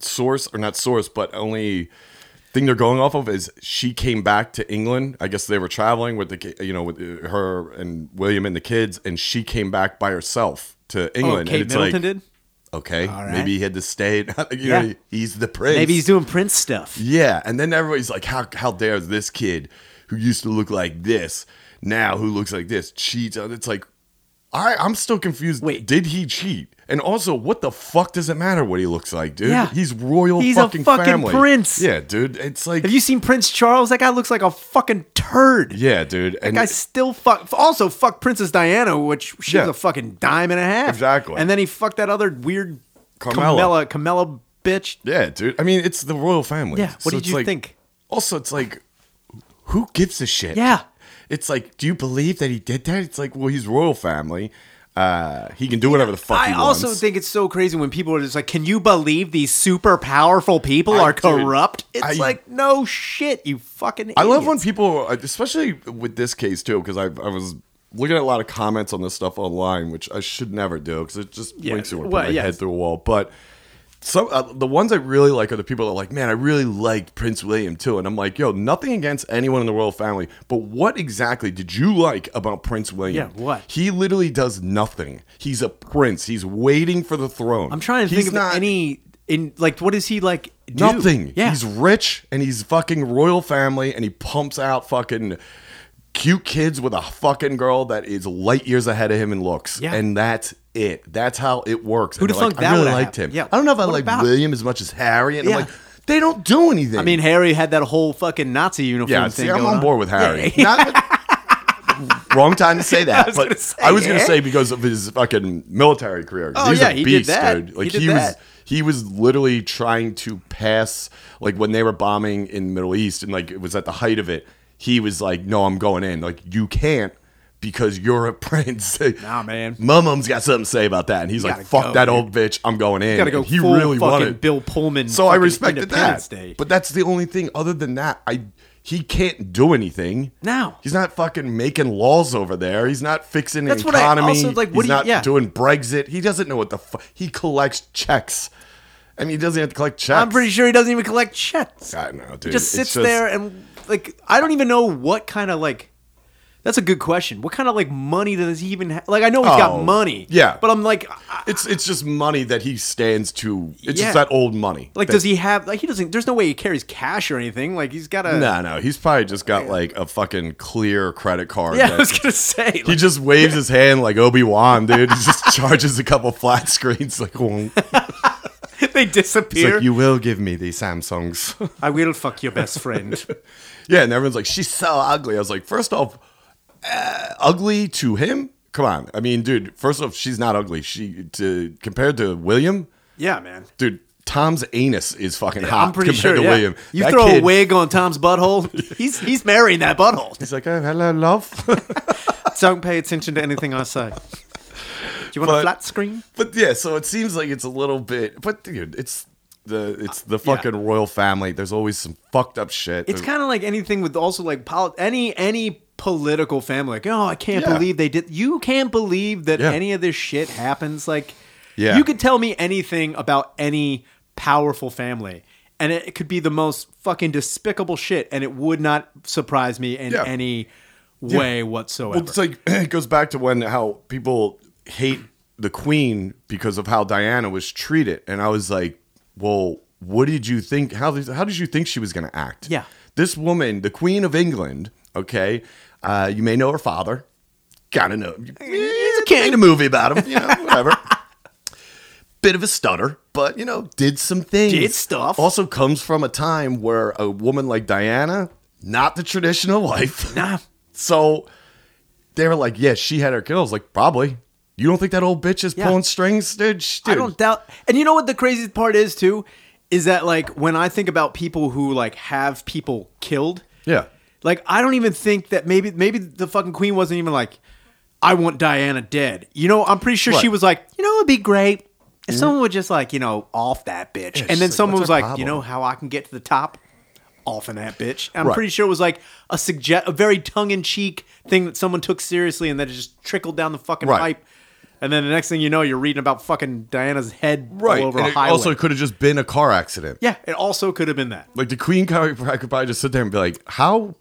source or not source, but only thing they're going off of is she came back to England. I guess they were traveling with the ki- you know with uh, her and William and the kids, and she came back by herself to
oh,
England. and
Kate
it's
Middleton
like,
did.
Okay,
right.
maybe he had to stay. you
Yeah.
know, he's the prince.
Maybe he's doing Prince stuff.
yeah, and then everybody's like, "How how dare this kid who used to look like this now who looks like this cheats?" on It's like, I I'm still confused.
Wait.
did he cheat? And also, what the fuck does it matter what he looks like, dude?
Yeah.
He's royal
He's a
fucking,
fucking
family.
prince.
Yeah, dude. It's like
Have you seen Prince Charles? That guy looks like a fucking turd.
yeah, dude. And
Guy still fuck. Also fuck Princess Diana, which she was
Yeah.
a fucking dime and a half.
Exactly.
And then he fucked that other weird Camilla
Carmella.
Camilla bitch.
yeah, dude. I mean, it's the royal family.
Yeah. What
So
did
it's
you
like-
think?
Also, it's like, who gives a shit?
Yeah.
It's like, do you believe that he did that? It's like, well, he's royal family. Uh, he can do whatever the fuck
I
he
also
wants.
think it's so crazy when people are just like, "Can you believe these super powerful people
I-
are
dude,
corrupt?" It's
I-
like, no shit, you fucking.
I love when
idiots.
people, uh, especially with this case too, because I, I was looking at a lot of comments on this stuff online, which I should never do because it just
Yeah,
makes you want to
well,
put my
yes.
head through a wall. But some uh, the ones I really like are the people that are like, man, I really liked Prince William too, and I'm like, yo, nothing against anyone in the royal family, but what exactly did you like about Prince William?
Yeah, what?
He literally does nothing. He's a prince. He's waiting for the throne.
I'm trying to
He's
think of
not-
any in like what does he like? Do?
Nothing.
Yeah.
He's rich and he's fucking royal family and he pumps out fucking cute kids with a fucking girl that is light years ahead of him in looks.
Yeah.
And that's it. That's how it works. Who
Who'da thunk that
I really
would've
liked him.
happened? Yeah.
I don't know if I
What
like
about-
William as much as Harry. And
Yeah.
I'm like, they don't do anything.
I mean, Harry had that whole fucking Nazi uniform
yeah,
thing.
see, I'm
going
on board with
Yeah.
Harry. Not- wrong time to say that.
I was
but
gonna say,
I was going
yeah.
to say because of his fucking military career. 'cause
Oh,
he's
yeah,
a
he
beast,
did that.
dude. Like
He
he,
did
was,
that.
he was literally trying to pass. Like when they were bombing in the Middle East, and like it was at the height of it, he was like, "No, I'm going in. Like you can't." Because you're a prince.
Nah, man.
My Mum's got something to say about that, and he's like,
gotta
"Fuck
go,
that
dude.
old bitch, I'm going in."
Gotta go
And he
full
really
fucking
wanted
Bill Pullman.
so I
fucking
respected
Independence
that.
Day.
But that's the only thing. Other than that, I he can't do anything.
No.
he's not fucking making laws over there. He's not fixing
That's
an
what I
economy.
also- like, what
he's
do you-
not
yeah.
doing Brexit. He doesn't know what the fuck. He collects checks. I mean, he doesn't have to collect checks.
I'm pretty sure he doesn't even collect checks.
I know, dude.
He just
It's
sits there and like I don't even know what kind of like. That's a good question. What kind of like money does he even have? Like I know he's got
Oh,
money.
yeah.
But I'm like, I-
It's it's just money that he stands to. It's
Yeah.
just that old money.
like
that-
does he have like he doesn't? There's no way he carries cash or anything. Like he's got a.
No, no. He's probably just got like a fucking clear credit card.
Yeah, I
that-
was gonna say.
He
like,
just waves his hand like Obi Wan, dude. He just charges a couple flat screens like, "Wonk."
they
It's
disappear.
like you will give me these Samsungs.
I will fuck your best friend.
yeah, and everyone's like, she's so ugly. I was like, first off, uh, ugly to him? Come on. I mean, dude, first off, she's not ugly. She to compared to William,
yeah, man.
dude, Tom's anus is fucking hot
I'm pretty
Ah, compared
sure.
to
yeah.
William.
You
That
throw a
kid-
wig on Tom's butthole. He's he's marrying that butthole.
He's like, oh, hello, love.
Don't pay attention to anything I say. Do you want a
But-
flat screen?
but yeah, so it seems like it's a little bit, but dude, it's the it's the
yeah.
fucking royal family. There's always some fucked up shit.
It's
There's-
kind of like anything with also like poli- any any political family. Like, oh, I can't
Yeah.
believe they did. You can't believe that
Yeah.
any of this shit happens. Like,
Yeah.
you could tell me anything about any powerful family, and it could be the most fucking despicable shit, and it would not surprise me in
Yeah.
any way whatsoever.
Well, it's like it goes back to when how people hate the queen because of how Diana was treated, and I was like, well, what did you think? How did, how did you think she was going to act?
Yeah.
this woman, the Queen of England. Okay, uh, you may know her father. Gotta know.
Eh,
Eh, He's a kid. a movie about him. You know, whatever. Bit of a stutter, but you know, did some things.
Did stuff.
Also, comes from a time where a woman like Diana, not the traditional wife.
nah,
So they were like, yeah, she had her kid. I was like, probably. You don't think that old bitch is
Yeah.
pulling strings, dude? Sh-
I
dude.
don't doubt. And you know what the craziest part is too, is that like when I think about people who like have people killed,
Yeah.
like I don't even think that maybe maybe the fucking queen wasn't even like, I want Diana dead. You know, I'm pretty sure she
Right. Mm-hmm.
was like, you know, it'd be great if someone would just like you know off that bitch,
she's
and then
like,
someone was
"What's our
like, you
problem?"
know how I can get to the top. Off in that bitch. I'm
Right.
pretty sure it was like a suggest, a very tongue in cheek thing that someone took seriously, and that it just trickled down the fucking
Right.
pipe. And then the next thing you know, you're reading about fucking Diana's head
Right.
all over
and
a
it
highway.
also could have just been a car accident.
yeah, it also could have been that.
Like the queen could could probably just sit there and be like, how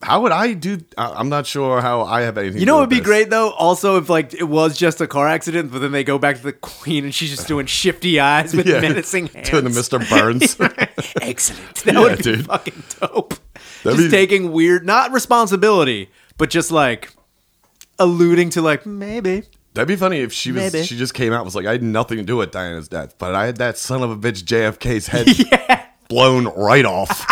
how would I do? I- I'm not sure how I have anything.
You know,
it
it'd be great though. Also, if like it was just a car accident, but then they go back to the queen and she's just doing shifty eyes with menacing hands.
Doing the Mr. Burns.
Excellent. That would be
dude.
fucking dope.
That'd
just
be-
taking weird, not responsibility, but just like alluding to like maybe.
That'd be funny if she was
Maybe.
she just came out and was like, I had nothing to do with Diana's death, but I had that son of a bitch JFK's head blown right off.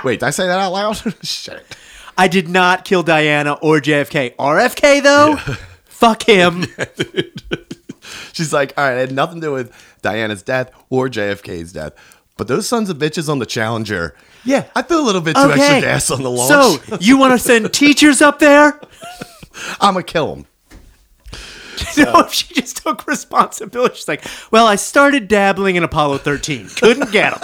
Wait, did I say that out loud? Shit.
I did not kill Diana or JFK. RFK though, fuck him.
She's like, all right, I had nothing to do with Diana's death or JFK's death. But those sons of bitches on the Challenger.
Yeah.
I threw a little bit too extra gas on the launch.
So you want to send teachers up there?
I'm going to kill him.
No, if she just took responsibility, she's like, "Well, I started dabbling in Apollo 13. Couldn't get him.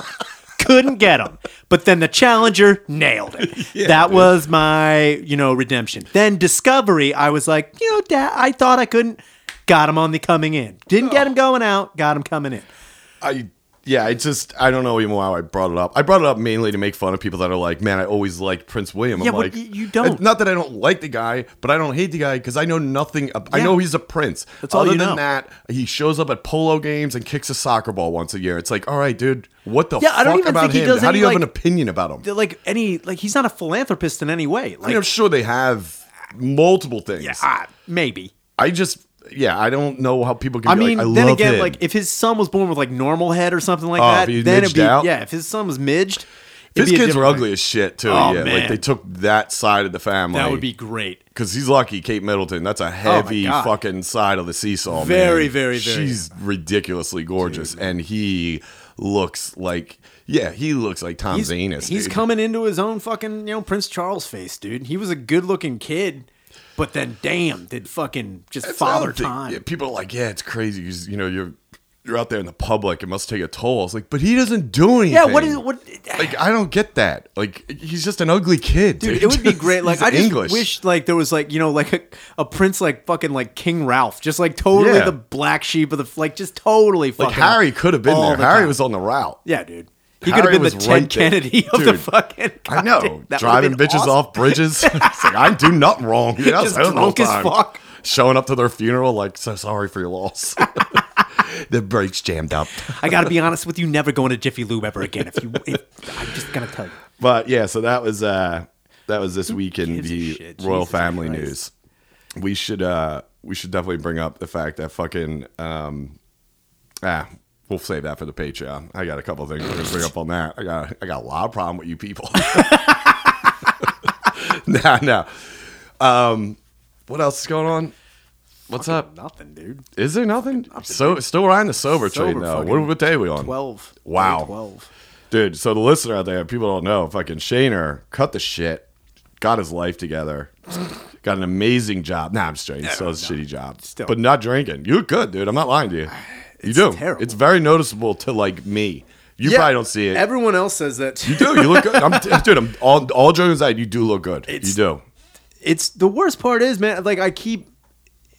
Couldn't get him. But then the Challenger nailed it. that was my, you know, redemption. Then Discovery, I was like, you know, da- I thought I couldn't. Got him on the coming in. Didn't
Oh.
get him going out. Got him coming in.
I yeah, I just I don't know even why I brought it up. I brought it up mainly to make fun of people that are like, man, I always liked Prince William. I'm
Yeah, but
like,
y- you don't.
Not that I don't like the guy, but I don't hate the guy because I know nothing. Ab- I
Yeah.
know he's a prince.
That's all
Other
you
than
know.
that, he shows up at polo games and kicks a soccer ball once a year. It's like, all right, dude, what the
Yeah,
fuck
I don't even
about
think he
him?
does
How do
any,
you have an
like-
opinion about him?
They're Like any, like he's not a philanthropist in any way.
I mean, I'm
Like,
sure they have multiple things.
ah, maybe.
I just yeah, I don't know how people can.
I
be
mean,
like, I
then
love
again,
him.
like if his son was born with like normal head or something like
Oh, if
that,
he
then it'd
midged
be
out?
yeah. If his son was midged,
his
it'd be a
kids were
different
ugly as shit too.
Oh,
yeah,
man.
like they took that side of the family.
thing. That would be great.
Because he's lucky, Kate Middleton. That's a heavy
God.
fucking side of the seesaw. man.
Very, very, very.
She's ridiculously gorgeous, and he looks like yeah, he looks like Tom
He's,
Zanus.
he's
dude.
coming into his own fucking you know Prince Charles face, dude. He was a good looking kid, but then damn, did fucking just
That's
father
another thing.
time.
Yeah, people are like, yeah, it's crazy. 'cause, You know, you're you're out there in the public. It must take a toll. I was like, but he doesn't do anything.
Yeah, what is what?
Like, I don't get that. Like, he's just an ugly kid, dude.
Dude, it would be great. Like
He's
I just
English.
wish like there was like you know like a, a prince like fucking like King Ralph, just like totally
Yeah.
the black sheep of the like just totally fucking
like Harry
up
could have been
all
there.
the
Harry
time.
was on the route.
Yeah, dude. He could have
Harry
been the
was
Ted
right there.
Kennedy of the
Dude,
fucking.
I know.
goddamn- that would've
Driving
been
bitches
awesome.
off bridges. it's like, I do nothing wrong. Dude, I was
Just
home the whole
drunk as
time.
fuck.
Showing up to their funeral, like, so sorry for your loss. the brakes jammed up.
I gotta be honest with you. Never going to Jiffy Lube ever again. If you, if, I'm just gonna tell you.
But yeah, so that was uh that was this week in
gives a
the
shit?
royal
Jesus
family
Christ.
news. We should uh we should definitely bring up the fact that fucking um ah we'll save that for the Patreon. I got a couple things I'm gonna bring up on that. I got I got a lot of problem with you people. nah, no. Um what else is going on? What's up?
Nothing, dude.
Is there nothing? So still riding the sober,
Sober
train though. What,
fucking
what day are we on?
Twelve.
Um, Wow.
Twelve.
Dude, so the listener out there, people don't know, fucking Shaner cut the shit, got his life together, got an amazing job. Nah, I'm straight. He still has a shitty job.
Still.
But not drinking. You look good, dude. I'm not lying to you. You
It's
do.
terrible.
It's very noticeable to like me. You probably don't see it.
Everyone else says that.
you do. You look good. I'm, dude, I'm all, all joking aside, you do look good.
It's-
you do.
it's the worst part is man like i keep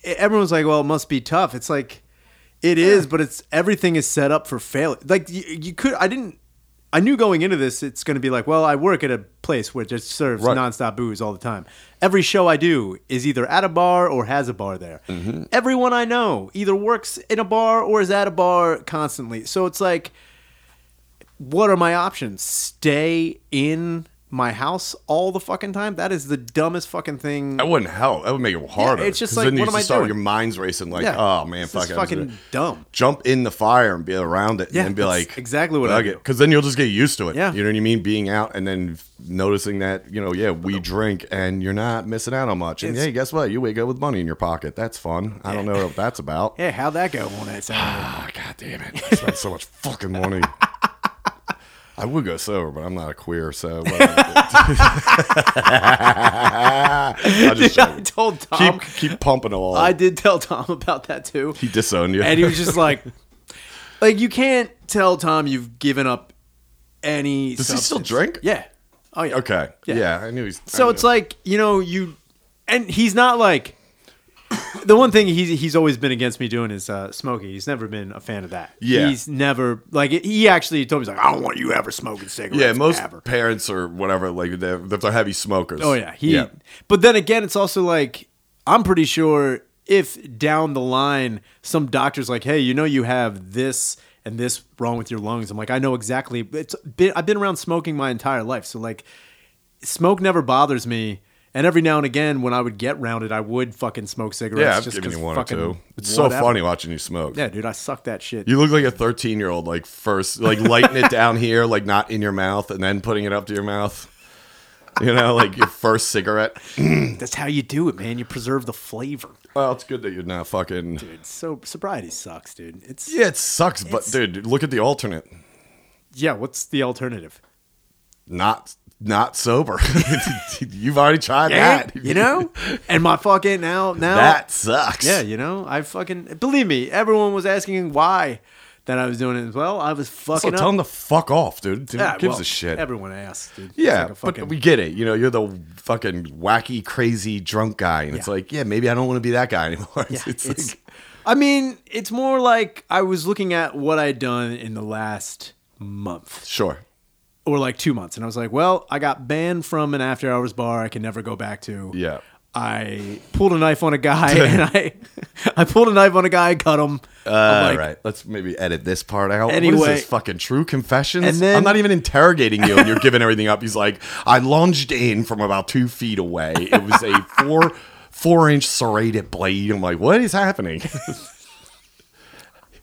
everyone's like well it must be tough it's like it is but it's everything is set up for failure like you, you could i didn't i knew going into this it's going to be like well i work at a place where it just serves
Right.
nonstop booze all the time every show i do is either at a bar or has a bar there everyone i know either works in a bar or is at a bar constantly so it's like what are my options? Stay in my house all the fucking time, that is the dumbest fucking thing.
That wouldn't help. That would make it harder.
it's just
'Cause
like,
then you
what
used
am
to
I
start,
doing?
Your mind's racing like, oh man,
this
fuck,
is
I was
fucking
gonna-
dumb.
Jump in the fire and be around it,
Yeah,
and then be
that's
like,
exactly what I do.
Because then you'll just get used to it.
Yeah.
you know what I mean. Being out and then f- noticing that you know, yeah, we drink and you're not missing out on much. And
It's-
hey, guess what? You wake up with money in your pocket. That's fun. I don't know what that's about.
Hey, how'd that go on that Saturday?
Ah, god damn it! I spent so much fucking money. I would go sober, but I'm not a queer, so. whatever. I'll uh, just joke.
I told Tom.
keep keep pumping all.
Um, I did tell Tom about that too.
he disowned you.
and he was just like, like you can't tell Tom you've given up any.
Does he still
substance.
drink?
Yeah. Oh yeah.
okay.
Yeah.
Yeah. I knew he's.
So it's like you know you, and he's not like. The one thing he's he's always been against me doing is uh, smoking. He's never been a fan of that.
Yeah.
he's never like he actually told me he's like I don't want you ever smoking cigarettes.
yeah, most
ever.
parents or whatever like they're, they're heavy smokers.
Oh yeah, he. But then again, it's also like I'm pretty sure if down the line some doctor's like, "Hey, you know you have this and this wrong with your lungs," I'm like, "I know exactly." It's been, I've been around smoking my entire life, so like, smoke never bothers me. And every now and again, when I would get rounded, I would fucking smoke cigarettes.
yeah. I've
just
given
'cause
you one or
fucking
two. It's so
whatever.
funny watching you smoke.
Yeah, dude, I suck that shit.
You look like a 13 year old, like first, like lighting it down here, like not in your mouth, and then putting it up to your mouth. You know, like your first cigarette.
That's how you do it, man. You preserve the flavor.
Well, it's good that you're not fucking.
It's so sobriety sucks, dude. It's
Yeah, it sucks, but
It's-
dude, look at the alternate.
yeah. What's the alternative?
Not not sober. You've already tried
Yeah,
that.
you know? And my fucking now now
That sucks.
Yeah, you know, I fucking believe me, everyone was asking why that I was doing it as well. I was
So
fucking
tell
up.
him to fuck off, dude. Dude,
Yeah,
who gives
well,
a shit.
Everyone asks, dude. It's
yeah,
like a fucking-
but we get it. You know, you're the fucking wacky, crazy drunk guy, and it's
Yeah.
like, yeah, maybe I don't want to be that guy anymore.
yeah,
It's- it's,
it's-
like,
I mean, it's more like I was looking at what I'd done in the last month.
sure,
or like two months. And I was like, well, I got banned from an after hours bar I can never go back to.
Yeah.
I pulled a knife on a guy and I I pulled a knife on a guy, cut him. I'm
All
like,
right, let's maybe edit this part out. what
Anyway-
is this fucking true confessions?
And then-
I'm not even interrogating you, and you're giving everything up. He's like, I lunged in from about two feet away. It was a four four inch serrated blade. I'm like, what is happening?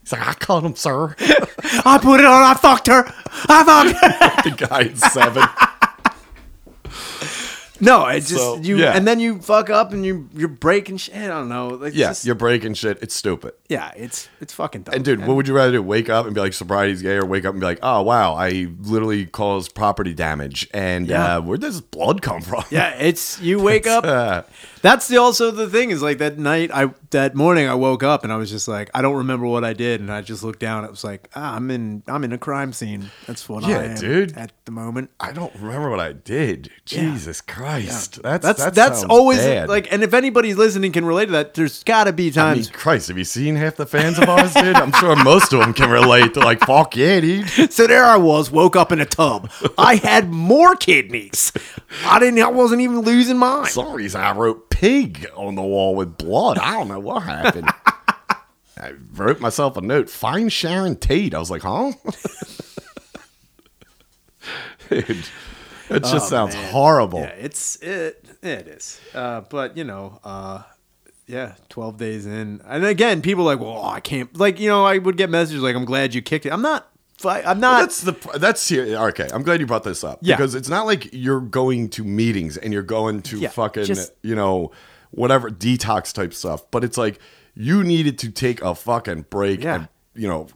He's like, I caught him, sir.
I put it on, I fucked her. I fucked her.
the guy at seven.
No, it's just
So,
you
yeah.
and then you fuck up and you you're breaking shit. I don't know. Like, it's
Yeah,
just-
you're breaking shit. It's stupid.
yeah, it's it's fucking dumb.
And dude, what would you rather do? Wake up and be like sobriety's gay, or wake up and be like, oh wow, I literally caused property damage, and
Yeah.
uh, where'd this blood come from?
yeah, it's you wake up.
Uh,
That's the also the thing is like that night I that morning I woke up and I was just like I don't remember what I did and I just looked down. It was like ah, I'm in I'm in a crime scene. That's what
Yeah,
I am
dude.
at the moment.
I don't remember what I did. Jesus Christ, that's
That's
that
that's,
sounds
always
bad.
like and if anybody listening can relate to that, there's got to be
I
times.
mean, Christ, have you seen half the fans of ours, dude? I'm sure most of them can relate to like, fuck yeah, dude.
So there I was, woke up in a tub. I had more kidneys. I didn't. I wasn't even losing mine.
some reason I wrote pig on the wall with blood. I don't know what happened. I wrote myself a note. Find Sharon Tate. I was like, huh? Dude, it just sounds horrible.
Yeah, it's it. It is. Uh, but you know, uh, yeah, twelve days in, and again, people are like, well, I can't. Like you know, I would get messages like, I'm glad you kicked it. I'm not. fi- I'm not.
That's the pr- that's here. Okay, I'm glad you brought this up
Yeah.
because it's not like you're going to meetings and you're going to
Yeah,
fucking
just-
you know whatever detox type stuff, but it's like you needed to take a fucking break
Yeah.
and you know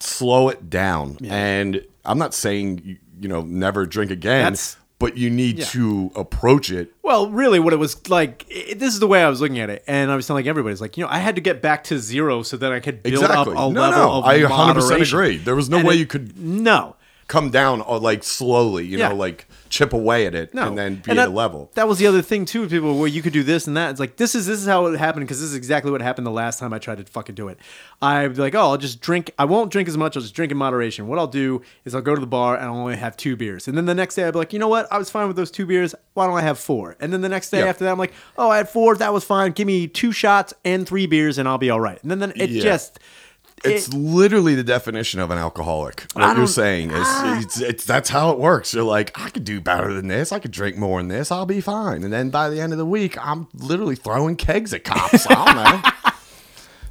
slow it down. And I'm not saying you, you know never drink again,
That's-
but you need to approach it.
Well, really, what it was like, it, this is the way I was looking at it, and I was telling everybody, it's like, you know, I had to get back to zero so that I could build
Exactly.
up a
No,
level
no,
of
I 100%
moderation.
agree. There was no
And
way
it-
you could-
No,
Come down or like slowly, you
Yeah.
know, like chip away at it,
No.
and then be
And
at
that-
a level.
That was the other thing too. People where you could do this and that. It's like this is this is how it happened because this is exactly what happened the last time I tried to fucking do it. I'd be like, oh, I'll just drink. I won't drink as much. I'll just drink in moderation. What I'll do is I'll go to the bar and I'll only have two beers. And then the next day I'd be like, you know what? I was fine with those two beers. Why don't I have four? And then the next day
Yeah.
after that I'm like, oh, I had four. That was fine. Give me two shots and three beers and I'll be all right. And then, then it
Yeah.
just
It's literally the definition of an alcoholic.
I
What you're
don't-
saying is it's, it's, that's how it works. You're like, I could do better than this. I could drink more than this. I'll be fine. And then by the end of the week, I'm literally throwing kegs at cops. I don't know.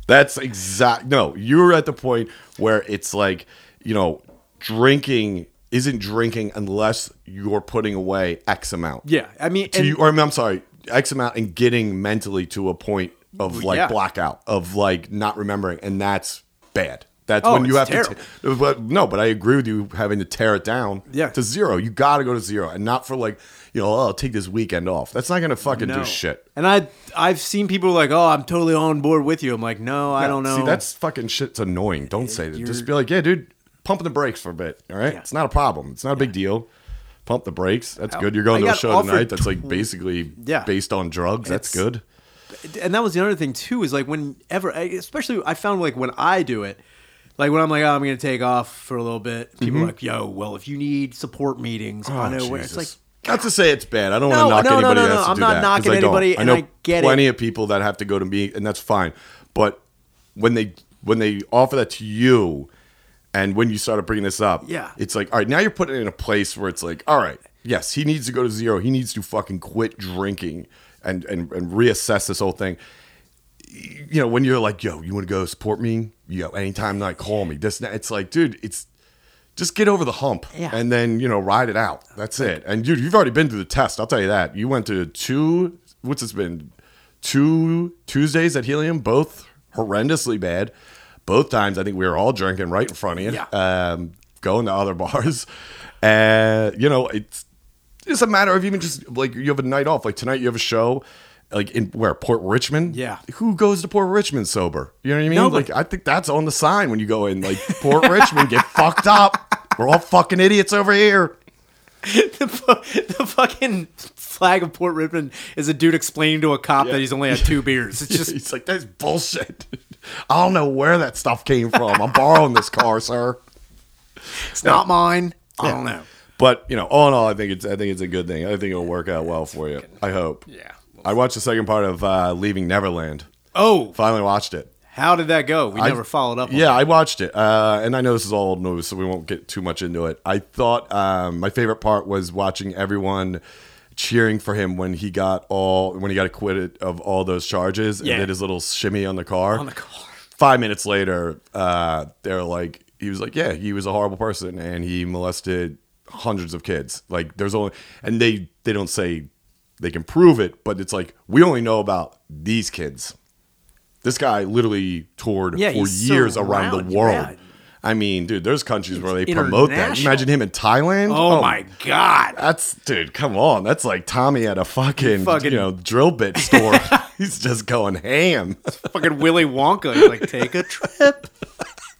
That's exact. No, you're at the point where it's like, you know, drinking isn't drinking unless you're putting away X amount.
yeah, I mean,
to
and-
you, or I'm sorry, X amount and getting mentally to a point of like
Yeah.
blackout, of like not remembering, and that's bad. That's
Oh,
when you have
it's
to. T- but no, but I agree with you having to tear it down
Yeah.
to zero. You got to go to zero, and not for like you know, oh, I'll take this weekend off. That's not gonna fucking
no.
do shit.
And I I've seen people like, oh, I'm totally on board with you. I'm like, no, I don't know.
See, that's fucking shit's annoying. Don't say that. Just
You're-
be like, yeah, dude, pumping the brakes for a bit. All right,
Yeah.
it's not a problem. It's not a big deal. Pump the brakes. That's
I-
good. You're going
I
to a
got
show
offered
tonight. That's like
tw-
basically
Yeah.
based on drugs. That's
It's-
good.
and that was the other thing too is like whenever especially i found like when i do it like when i'm like oh, i'm gonna take off for a little bit people
Mm-hmm.
are like yo well if you need support
Oh,
meetings i know where it's like
not to say it's bad. I don't want
No,
to knock
no, no,
anybody
no,
that has
no.
to
I'm
do
not
that, 'cause
knocking
I don't.
anybody,
I
and
know
I get it.
plenty of people that have to go to me, and that's fine. But when they when they offer that to you, and when you started bringing this up,
Yeah.
it's like all right. Now you're putting it in a place where it's like, all right, yes, he needs to go to zero. He needs to fucking quit drinking and and and reassess this whole thing. You know, when you're like, yo, you want to go support me? You know, anytime night, call me. This, and that. it's like, dude, it's just get over the hump
Yeah.
and then you know ride it out that's it and you, you've already been through the test i'll tell you that you went to two what's it's been two tuesdays at helium both horrendously bad both times i think we were all drinking right in front of you
Yeah.
um, going to other bars uh, you know it's it's a matter of even just like you have a night off like tonight you have a show like in where port richmond
Yeah.
who goes to port richmond sober you know what i mean
Nobody.
like I think that's on the sign when you go in, like Port Richmond, get fucked up. We're all fucking idiots over here.
the, fu- the fucking flag of port richmond is a dude explaining to a cop that he's only had two beers it's just
It's like that's bullshit. I don't know where that stuff came from. I'm borrowing this car, sir.
it's not mine i don't know
But you know, all in all, I think it's I think it's a good thing. I think it'll work out well for you. I hope.
Yeah.
I watched the second part of uh, Leaving Neverland.
oh
Finally watched it.
how did that go we
I-
never followed up on
Yeah, I watched it, uh, and I know this is all old news, so we won't get too much into it. I thought um, my favorite part was watching everyone cheering for him when he got all when he got acquitted of all those charges
Yeah.
and did his little shimmy on the car.
on the car
Five minutes later, uh, they're like, he was like, yeah, he was a horrible person, and he molested hundreds of kids. Like, there's only, and they they don't say they can prove it, but it's like we only know about these kids. This guy literally toured
Yeah,
for
he's
years
so
around
round,
the world.
yeah.
I mean, dude, there's countries where they promote that.
international.
Imagine him in Thailand.
oh my god
That's dude, come on. That's like Tommy at a fucking,
Fucking-
you know drill bit store. He's just going ham.
fucking willy wonka he's like take a trip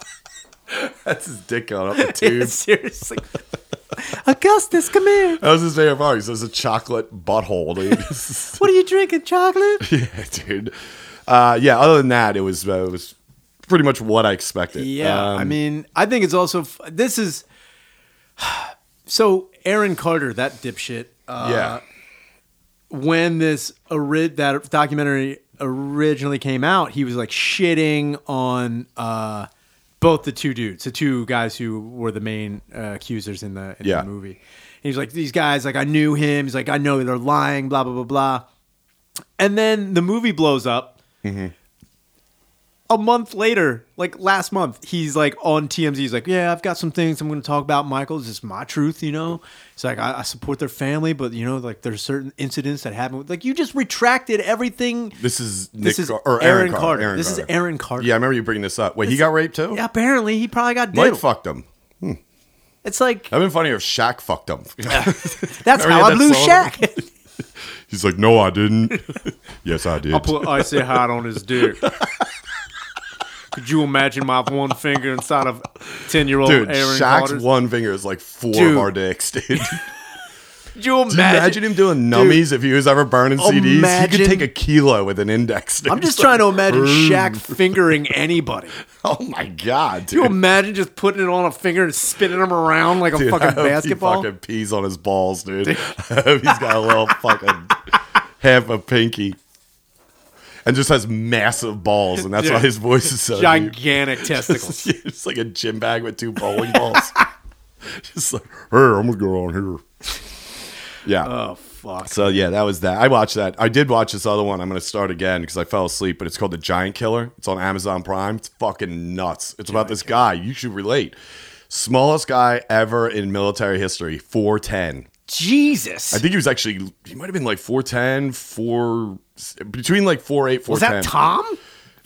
That's his dick going up the tube.
Yeah, seriously augustus come here
That was his favorite part. He says a chocolate butthole, dude.
what are you drinking chocolate
yeah, dude. Uh, yeah. Other than that, it was uh, it was pretty much what I expected. Uh,
Yeah,
Um,
I mean, I think it's also f- this is so Aaron Carter, that dipshit. Uh,
yeah.
When this ori- that documentary originally came out, he was like shitting on uh, both the two dudes, the two guys who were the main uh, accusers in the, in
Yeah.
the movie. And he was like, these guys, like I knew him. He's like, I know they're lying, blah blah blah blah. And then the movie blows up a month later, like last month, he's like on TMZ. He's like, "Yeah, I've got some things I'm going to talk about. Michael, it's just my truth, you know." It's like I, I support their family, but you know, like there's certain incidents that happened. with- Like you just retracted everything.
This is Nick
This is
Car- or
Aaron,
Aaron
Carter.
Carter, Aaron
this is
Carter.
Aaron Carter.
Yeah, I remember you bringing this up. Wait, he got raped too.
Yeah, apparently he probably got
Mike
diddled.
fucked him.
It's like
That'd been funnier if Shaq fucked him.
that's
Remember
how I
that
blew
song?
Shaq.
He's like, no, I didn't. yes, I did.
Put icy hot on his dick. Could you imagine my one finger inside of ten-year-old
Dude, Shaq's one finger is like four
Dude.
of our dicks, dude. Could you
Could you
imagine him doing nummies if he was ever burning CDs. He
Imagine-
could take a kilo with an index. dude.
I'm just
He's
trying to
like,
imagine
"Vroom."
Shaq fingering anybody.
Oh my god,
Can you
dude.
imagine just putting it on a finger and spinning them around like a
Dude, I
fucking
hope
basketball?
He fucking pees on his balls, dude. I hope he's got a little fucking half a pinky. and just has massive balls, and that's why his voice is so deep.
Gigantic testicles.
Yeah, it's like a gym bag with two bowling balls. just like, hey, I'm gonna go on here. Yeah.
Oh fuck.
so yeah, that was that. I watched that. I did watch this other one. I'm gonna start again because I fell asleep. But it's called The Giant Killer. It's on Amazon Prime. It's fucking nuts. It's about this guy. You should relate. Smallest guy ever in military history. Four ten.
Jesus.
I think he was actually. He might have been like 410, 4 between like 48, 410.
was that Tom?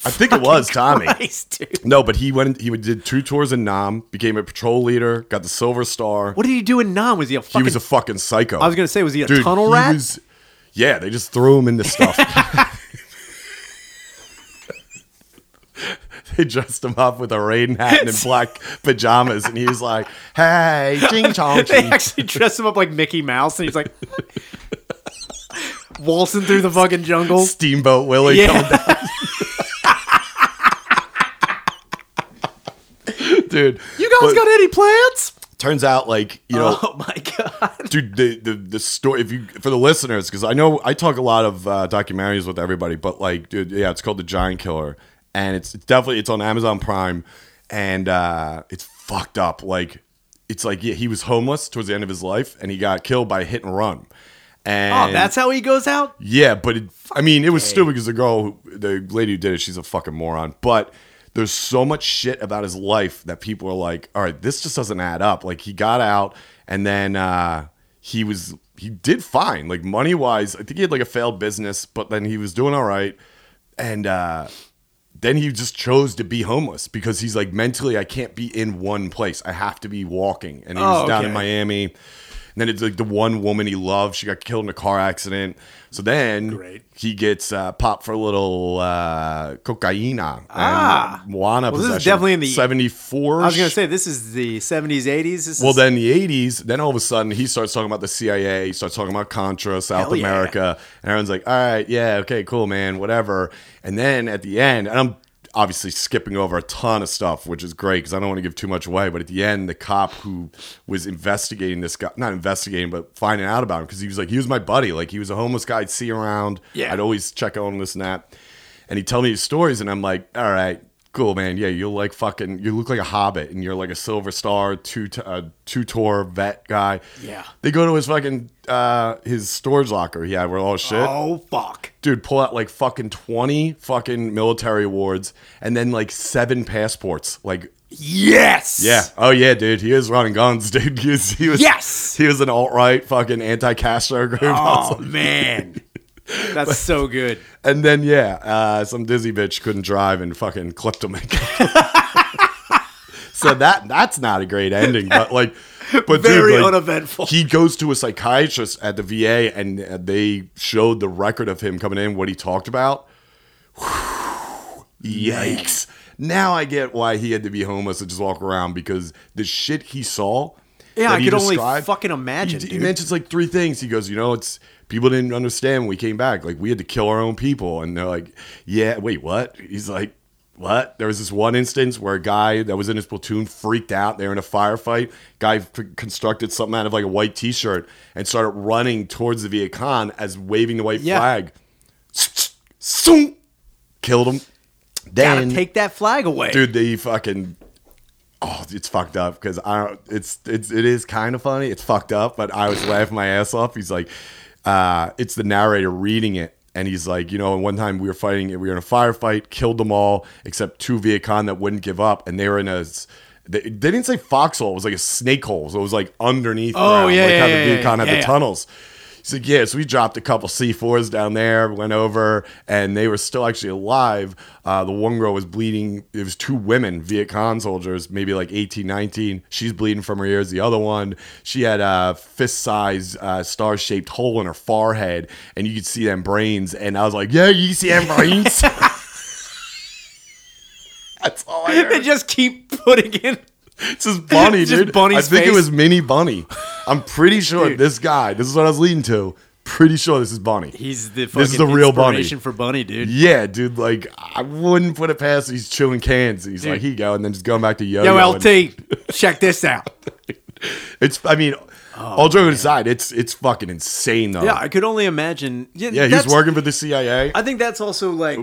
I think it was Tommy.
Christ, dude.
No, but he went. He did two tours in Nam, became a patrol leader, got the Silver Star.
What did he do in Nam? Was he a fucking?
He was a fucking psycho.
I was gonna say, was he a tunnel rat?
was- yeah, they just threw him into stuff. they dressed him up with a rain hat and in black pajamas, and he was like, "Hey, ching chong."
they
ching."
actually dress him up like Mickey Mouse, and he's like waltzing through the fucking jungle.
Steamboat Willie coming
Yeah,
dude.
you guys
But
got any plans?
Turns out, like you know,
Oh my god!
dude the, the the story if you for the listeners because i know i talk a lot of uh, documentaries with everybody but like dude yeah it's called the giant killer and it's it's definitely it's on amazon prime and uh it's fucked up like it's like yeah he was homeless towards the end of his life and he got killed by a hit and run and
Oh, that's how he goes out.
yeah, but it, I mean, it was stupid because the girl, who, the lady who did it, she's a fucking moron. But there's so much shit about his life that people are like, all right, this just doesn't add up. Like he got out, and then uh, he was he did fine, like money wise. I think he had like a failed business, but then he was doing all right, and uh, then he just chose to be homeless because he's like mentally, I can't be in one place. I have to be walking, and he was
Oh,
down in
okay.
Miami. Miami. And then it's like the one woman he loved. She got killed in a car accident. So then
Great.
he gets uh, popped for a little uh, cocaina
Ah.
and marijuana
this is
possession.
definitely in the-
74.
I was gonna say this is the '70s, '80s. This is
Well, then the 80s, then all of a sudden he starts talking about the CIA, he starts talking about Contra, South
Hell yeah.
America, and everyone's like, all right, yeah, okay, cool, man, whatever. And then at the end, and I'm obviously skipping over a ton of stuff, which is great because I don't want to give too much away, but at the end, the cop who was investigating this guy, not investigating, but finding out about him, because he was like, he was my buddy, like he was a homeless guy I'd see around,
Yeah.
I'd always check on this and that. And he'd tell me his stories, and I'm like, all right, cool, man. Yeah, you're like fucking, you look like a hobbit, and you're like a silver star, two t- uh, two tour vet guy.
Yeah.
They go to his fucking uh, his storage locker. Yeah, we're all shit
oh fuck!
dude pull out like fucking 20 fucking military awards and then like seven passports like
Yes.
yeah oh yeah dude he is running guns dude he was, he was
Yes!
he was an alt-right fucking anti-castro group
Oh man, that's so good.
and then yeah uh, some dizzy bitch couldn't drive and fucking clipped him so that that's not a great ending but like but
Very
dude, like,
uneventful.
he goes to a psychiatrist at the VA and uh, they showed the record of him coming in, what he talked about. Yikes. Now I get why he had to be homeless and just walk around because the shit he saw.
Yeah,
that
I
he
could only
described-
fucking imagine,
He, he
dude.
mentions like three things. He goes, you know, it's people didn't understand when we came back. Like we had to kill our own people, and they're like, yeah, wait, what? He's like, what? There was this one instance where a guy that was in his platoon freaked out. They were in a firefight. Guy f- constructed something out of like a white T-shirt and started running towards the Viet Cong as waving the white
Yeah.
flag. Soon, killed him.
Gotta
Then
take that flag away.
dude they fucking oh it's fucked up because i don't it's it's it is kind of funny it's fucked up but i was laughing my ass off he's like uh it's the narrator reading it and he's like, you know, one time we were fighting, we were in a firefight, killed them all except two Viet Cong that wouldn't give up, and they were in a, s- they, they didn't say foxhole, it was like a snake hole, so it was like underneath.
Oh,
ground,
yeah,
like
yeah,
how
yeah,
the Viet
yeah,
Cong had
yeah,
the
yeah.
tunnels. He's like, yeah, so we dropped a couple C4s down there, went over, and they were still actually alive. Uh, the one girl was bleeding. It was two women, Viet Cong soldiers, maybe like 18, 19. She's bleeding from her ears. The other one, she had a fist sized, uh, star shaped hole in her forehead, and you could see them brains. And I was like, yeah, you see them brains? That's all I heard.
they just keep putting in.
It's just Bunny,
Just
dude.
Bunny's
I think it
face.
was Mini Bunny. I'm pretty sure this guy. This is what I was leading to. Pretty sure this is Bunny.
He's the fucking
This is the real Bunny.
inspiration for Bunny, dude.
yeah, dude. Like I wouldn't put it past. He's chewing cans. He's
Dude.
like, he go, and then just going back to yo.
Yo, LT, check this out.
It's. I mean, All joking aside, it's it's fucking insane though.
Oh, Yeah, I could only imagine. Yeah,
yeah. He's
that's-
working for the CIA.
I think that's also like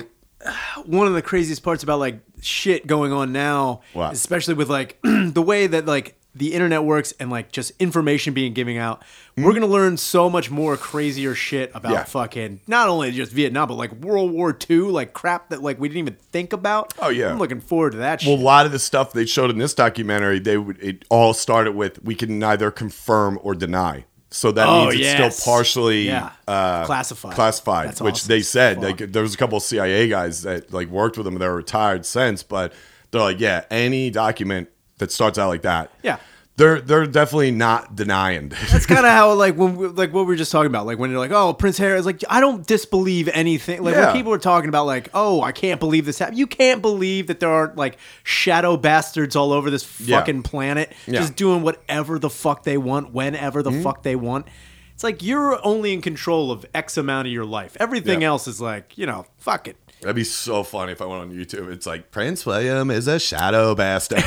one of the craziest parts about like shit going on now,
What?
especially with like the way that like the internet works and like just information being giving out. We're gonna learn so much more crazier shit about
Hmm. Yeah.
fucking not only just Vietnam but like World War II, like crap that like we didn't even think about.
Oh, yeah.
I'm looking forward to that.
Well, a
shit.
lot of the stuff they showed in this documentary, they would it all started with we can neither confirm or deny. So that
Oh,
means it's
yes.
still partially
Yeah.
uh,
Classified.
Classified,
That's
which
awesome
they
as
said
fuck.
like there was a couple of CIA guys that like worked with them. They're retired since, but they're like, yeah, any document that starts out like that,
Yeah.
they're they're definitely not denying.
That's kind of how like when we, like what we were just talking about like when you're like oh Prince Harry is like I don't disbelieve anything like
Yeah.
when people are talking about like oh I can't believe this happened you can't believe that there aren't like shadow bastards all over this
Yeah.
fucking planet
Yeah. Mm-hmm.
just doing whatever the fuck they want whenever the fuck they want it's like you're only in control of X amount of your life everything
Yeah.
else is like you know fuck it
That'd be so funny if I went on YouTube. It's like Prince William is a shadow bastard.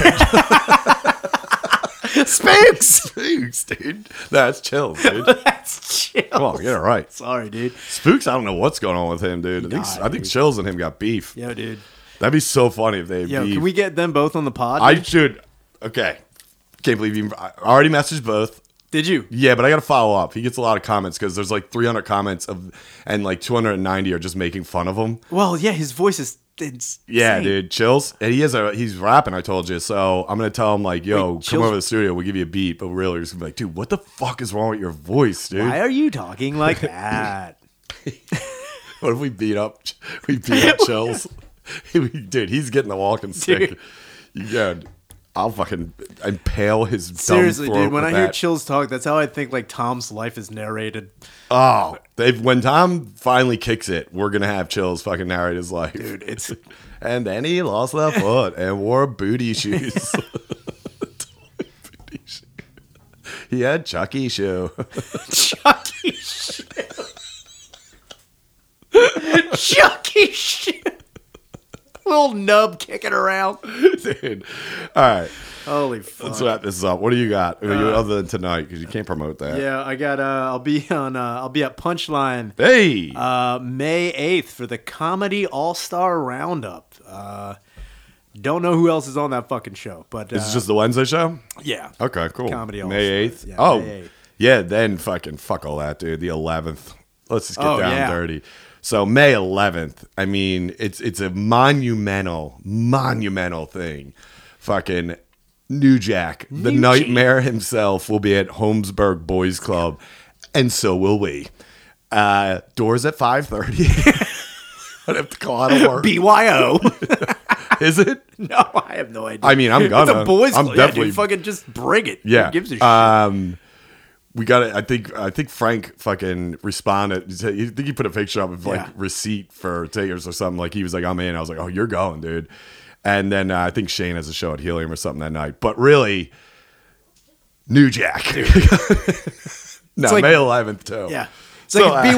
Spinks
Spooks, dude. That's chills, dude.
that's chill
Oh, yeah, right.
sorry dude
Spooks, I don't know what's going on with him, dude. I think,
died,
I think Chills and him got beef.
yo dude
That'd be so funny if they had
yo
beef.
can we get them both on the pod
I should. Okay. Can't believe you. I already messaged both.
did you
Yeah, but I got to follow up. He gets a lot of comments because there's like 300 comments of, and like 290 are just making fun of him.
Well, yeah, his voice is. It's
Yeah,
insane.
dude, chills. And he is a he's rapping. I told you, so I'm gonna tell him like, yo,
Wait,
come
Chills-
over to the studio. We'll give you a beat. But really, we're just gonna be like, dude, what the fuck is wrong with your voice, dude?
Why are you talking like that?
What if we beat up? We beat up Chills. Dude, he's getting the walking stick.
Dude.
Yeah, I'll fucking impale his
Seriously,
dumb throat
dude. When I
with
hear
that.
Chills talk, that's how I think like Tom's life is narrated.
oh, they when Tom finally kicks it, we're gonna have Chills fucking narrate his life.
Dude, it's-
and then he lost that foot and wore booty shoes. Booty shoes. He had Chucky shoe.
Chucky shit. Chucky shit. Little nub kicking around.
Dude. All right.
Holy fuck. Uh,
Let's wrap this up. What do you got? other than tonight, because you can't promote that.
Yeah, I got. Uh, I'll be on. Uh, I'll be at Punchline.
Hey.
uh, May 8th for the Comedy All Star Roundup. Uh, don't know who else is on that fucking show, but uh,
This is just the Wednesday show?
yeah.
Okay, cool.
Comedy All
May
Stars.
8th.
Yeah,
oh,
May 8th.
yeah, then fucking fuck all that, dude. The 11th. Let's just get
Oh,
down
yeah.
dirty. So May 11th. I mean, it's it's a monumental, monumental thing. Fucking New Jack, the
New
nightmare himself, will be at Holmesburg Boys Club, and so will we. Uh, doors at 5.30. I'd have to call out of work.
BYO.
Is it?
no, I have no idea.
I mean, I'm
It's
gonna.
a boys'
I'm
club. Yeah, dude,
definitely-
fucking just bring it. Who
Yeah.
gives a shit?
Um, we got it. I think I think Frank fucking responded. He said- I think he put a picture up of like
Yeah.
receipt for tickets or something. Like he was like, "I'm in." I was like, "Oh, you're going, dude." And then uh, I think Shane has a show at Helium or something that night. But really, New Jack. no,
like-
May 11th too.
yeah. It's
So,
like
uh,
it's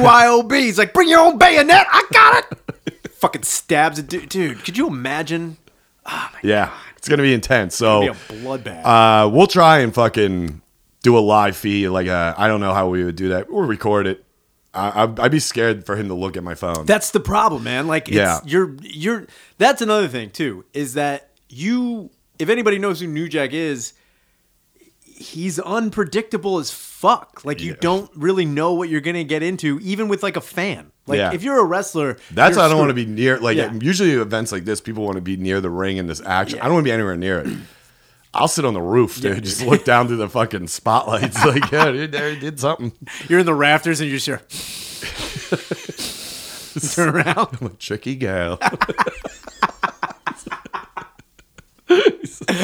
BYOB. He's like, bring your own bayonet. I got it. fucking stabs a dude. Dude, could you imagine? Oh
yeah. It's gonna be intense. So
Be a bloodbath.
Uh, we'll try and fucking do a live feed. Like, uh, I don't know how we would do that. We'll record it. I, I'd, I'd be scared for him to look at my phone.
That's the problem, man. Like it's
Yeah.
you're you're that's another thing too, is that you if anybody knows who New Jack is, he's unpredictable as fuck. Like you
Yeah.
don't really know what you're gonna get into, even with like a fan. Like
Yeah.
if you're a wrestler,
That's
you're
why I don't want to
screwed.
be near. Like,
Yeah.
usually at events like this, people want to be near the ring and this action.
Yeah.
I don't want to be anywhere near it. I'll sit on the roof, dude. Just look down through the fucking spotlights. like, yeah, dude, there he did something.
You're in the rafters and you're just here. Turn around.
I'm a tricky gal.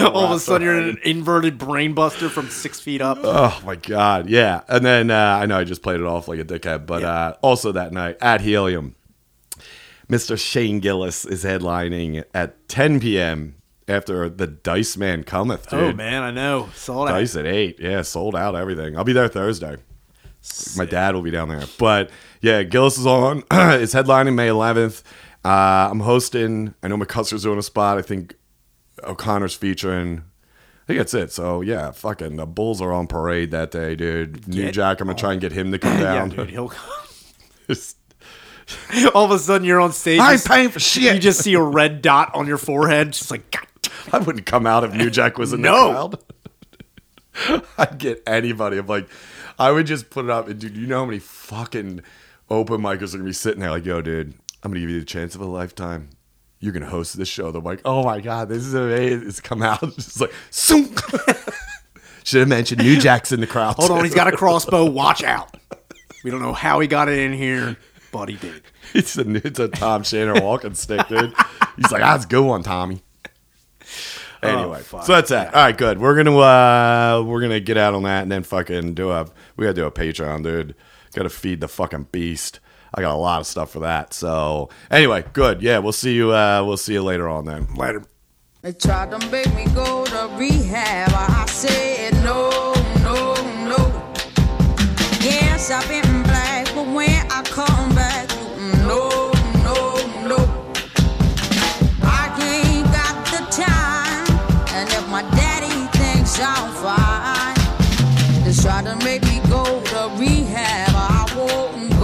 All of a sudden, you're in an inverted brain buster from six feet up.
Oh my god, yeah. And then uh, I know I just played it off like a dickhead, but uh, also that night at Helium, Mr. Shane Gillis is headlining at 10 p.m. after the Dice Man cometh. Dude.
oh man, I know. Saw that.
Dice at eight. Yeah, sold out everything. I'll be there Thursday. My dad will be down there. But yeah, Gillis is on. it's headlining May 11th. Uh, I'm hosting. I know McCuster's doing a spot. I think O'Connor's featuring. think that's it. So yeah, fucking the Bulls are on parade that day, dude. New
Get
Jack, I'm gonna try and get him to come
Yeah,
down.
dude, he'll come.
Just-
All of a sudden, you're on stage.
I
you
ain't
s-
paying for shit.
You just see a red dot on your forehead. Just like, God damn.
I wouldn't come out if New Jack was in the
No.
crowd. I'd get anybody. I'm like, I would just put it up. And dude, you know how many fucking open micers are gonna be sitting there like, yo, dude, I'm gonna give you the chance of a lifetime. You're gonna host this show. They're like, oh my god, this is amazing. It's come out. It's like, soon. Should have mentioned New Jack's in the crowd.
hold on,
too.
he's got a crossbow. Watch out. We don't know how he got it in here, but he did.
It's a it's a Tom Shannon walking stick, dude. He's like, that's a good one, Tommy. Anyway,
fuck.
so that's that. All right, good. We're gonna uh we're gonna get out on that and then fucking do a we gotta do a Patreon, dude. Gotta feed the fucking beast. I got a lot of stuff for that. So anyway, good. Yeah, we'll see you uh we'll see you later on then.
Later.
They tried to make me go to rehab. I said no, no, no. Yes, I've been black, but when I come back, no, no, no. I ain't got the time, and if my daddy thinks I'm fine, they try to make me go to rehab. I won't